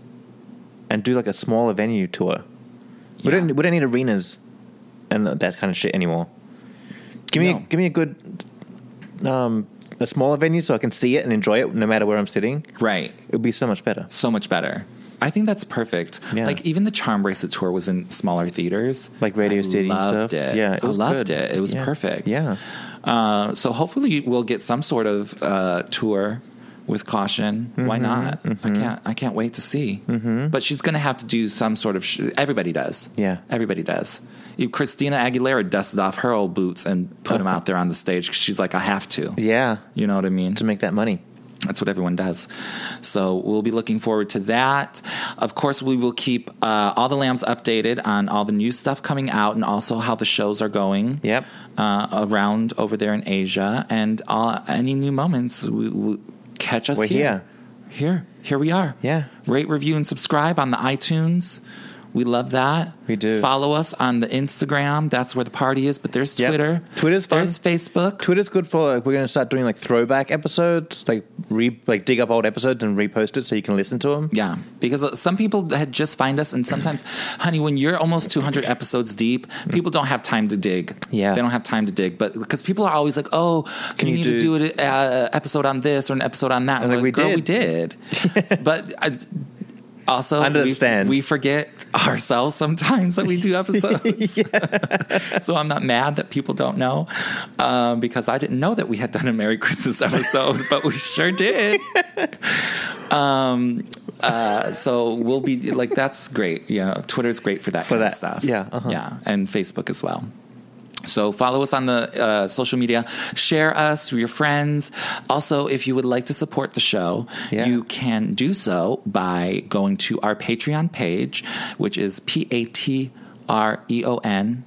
Speaker 2: and do like a smaller venue tour. We
Speaker 3: Yeah.
Speaker 2: don't we don't need arenas and that kind of shit anymore. Give me a,
Speaker 3: No.
Speaker 2: give me a good um, a smaller venue so I can see it and enjoy it no matter where I'm sitting.
Speaker 3: Right.
Speaker 2: It would be so much better.
Speaker 3: so much better. I think that's perfect.
Speaker 2: Yeah.
Speaker 3: Like even the Charm Bracelet tour was in smaller theaters,
Speaker 2: Like Radio
Speaker 3: I
Speaker 2: City and
Speaker 3: Loved
Speaker 2: stuff.
Speaker 3: it.
Speaker 2: Yeah, it
Speaker 3: I
Speaker 2: was
Speaker 3: loved
Speaker 2: good.
Speaker 3: it. It was
Speaker 2: Yeah.
Speaker 3: perfect.
Speaker 2: Yeah.
Speaker 3: Uh, so hopefully we'll get some sort of uh, tour with caution.
Speaker 2: Mm-hmm.
Speaker 3: Why not? I can't. I can't wait to see. Mm-hmm. But she's going to have to do some sort of. Sh- everybody does.
Speaker 2: Yeah.
Speaker 3: Everybody does. If Christina Aguilera dusted off her old boots and put them out there on the stage. 'cause She's like, I have to.
Speaker 2: Uh-huh. Yeah,
Speaker 3: You know what I mean?
Speaker 2: to make that money.
Speaker 3: That's what everyone does. So we'll be looking forward to that. Of course, we will keep uh, all the lambs updated on all the new stuff coming out and also how the shows are going.
Speaker 2: Yep.
Speaker 3: Uh, around over there in Asia and all, any new moments, we, we catch us
Speaker 2: We're
Speaker 3: here. Here, here we are.
Speaker 2: Yeah.
Speaker 3: Rate, review, and subscribe on the iTunes. We love that.
Speaker 2: We do.
Speaker 3: Follow us on the Instagram. That's where the party is. But there's
Speaker 2: Yep.
Speaker 3: Twitter.
Speaker 2: Twitter's fun.
Speaker 3: There's Facebook.
Speaker 2: Twitter's good for like we're going to start doing like throwback episodes, like re like dig up old episodes and repost it so you can listen to them.
Speaker 3: Yeah, because uh, some people had just find us, and sometimes, honey, when you're almost 200 episodes deep, people don't have time to dig.
Speaker 2: Yeah.
Speaker 3: they don't have time to dig, but because people are always like, "Oh,
Speaker 2: Can
Speaker 3: you,
Speaker 2: you
Speaker 3: need
Speaker 2: do-
Speaker 3: to do an uh, episode on this or an episode on that?"
Speaker 2: And
Speaker 3: We're
Speaker 2: like, we
Speaker 3: "Girl, we did," but I, also we-
Speaker 2: Understand.
Speaker 3: we, forget ourselves sometimes that we do episodes. so I'm not mad that people don't know um, because I didn't know that we had done a Merry Christmas episode, but we sure did. so we'll be like that's great you know twitter's great for that kind of
Speaker 2: that,
Speaker 3: stuff
Speaker 2: yeah, uh-huh.
Speaker 3: yeah and facebook as well so follow us on the uh, social media share us with your friends also if you would like to support the show
Speaker 2: Yeah.
Speaker 3: you can do so by going to our patreon page which is E p-a-t-r-e-o-n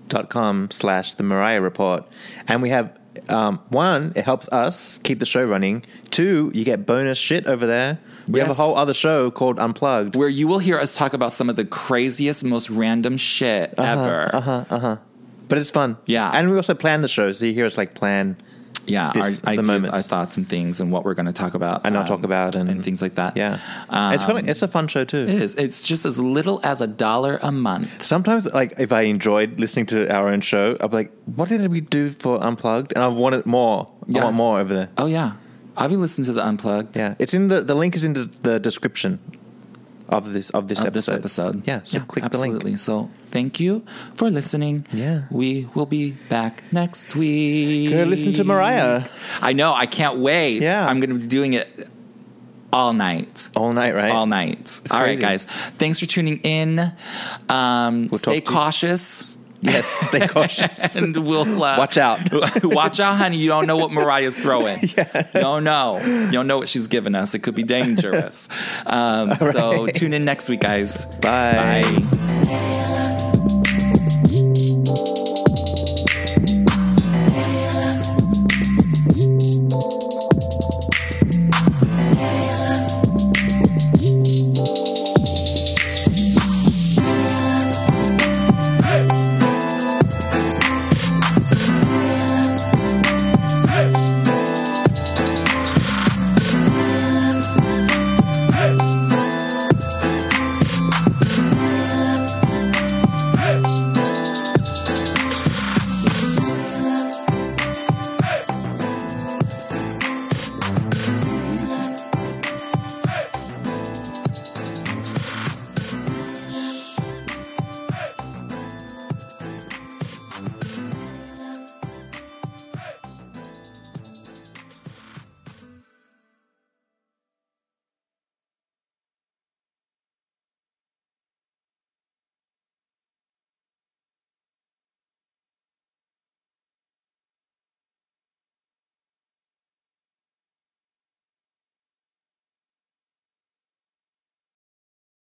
Speaker 2: dot com slash the Mariah Report, and we have um, one. It helps us keep the show running. Two, you get bonus shit over there. We have
Speaker 3: Yes.
Speaker 2: a whole other show called Unplugged.
Speaker 3: where you will hear us talk about some of the craziest most random shit
Speaker 2: Uh-huh,
Speaker 3: ever
Speaker 2: but it's fun.
Speaker 3: Yeah.
Speaker 2: And we also plan the show, so you hear us like plan.
Speaker 3: yeah,
Speaker 2: this-
Speaker 3: our
Speaker 2: the
Speaker 3: ideas,
Speaker 2: moments.
Speaker 3: our thoughts, and things, and what we're going to talk about,
Speaker 2: And not
Speaker 3: um,
Speaker 2: talk about and-
Speaker 3: and things like that.
Speaker 2: Yeah.
Speaker 3: um,
Speaker 2: it's, fun, it's a fun show too.
Speaker 3: It is. It's just as little as a dollar a month.
Speaker 2: Sometimes, like, if I enjoyed listening to our own show, I'll be like, what did we do for Unplugged? And I want it more. I
Speaker 3: Yeah.
Speaker 2: want more over there.
Speaker 3: Oh yeah, I'll be listening to the unplugged.
Speaker 2: Yeah, it's in the the link is in the, the description of this of this
Speaker 3: Of
Speaker 2: episode.
Speaker 3: this episode,
Speaker 2: Yeah, so click
Speaker 3: absolutely.
Speaker 2: the link.
Speaker 3: So, thank you for listening.
Speaker 2: Yeah.
Speaker 3: we will be back next week.
Speaker 2: Go listen to Mariah
Speaker 3: I know. I can't wait.
Speaker 2: Yeah.
Speaker 3: I'm going to be doing it all night.
Speaker 2: all night, right?
Speaker 3: All night. All right,
Speaker 2: crazy.
Speaker 3: guys. Thanks for tuning in. Um, stay
Speaker 2: talk to you-
Speaker 3: cautious.
Speaker 2: Yes, stay cautious.
Speaker 3: and we'll uh,
Speaker 2: Watch out.
Speaker 3: watch out, honey. You don't know what Mariah's throwing. No, no, you don't know what she's giving us. It could be dangerous. Um, So tune in next week, guys.
Speaker 2: Bye.
Speaker 3: Bye.
Speaker 4: Bye.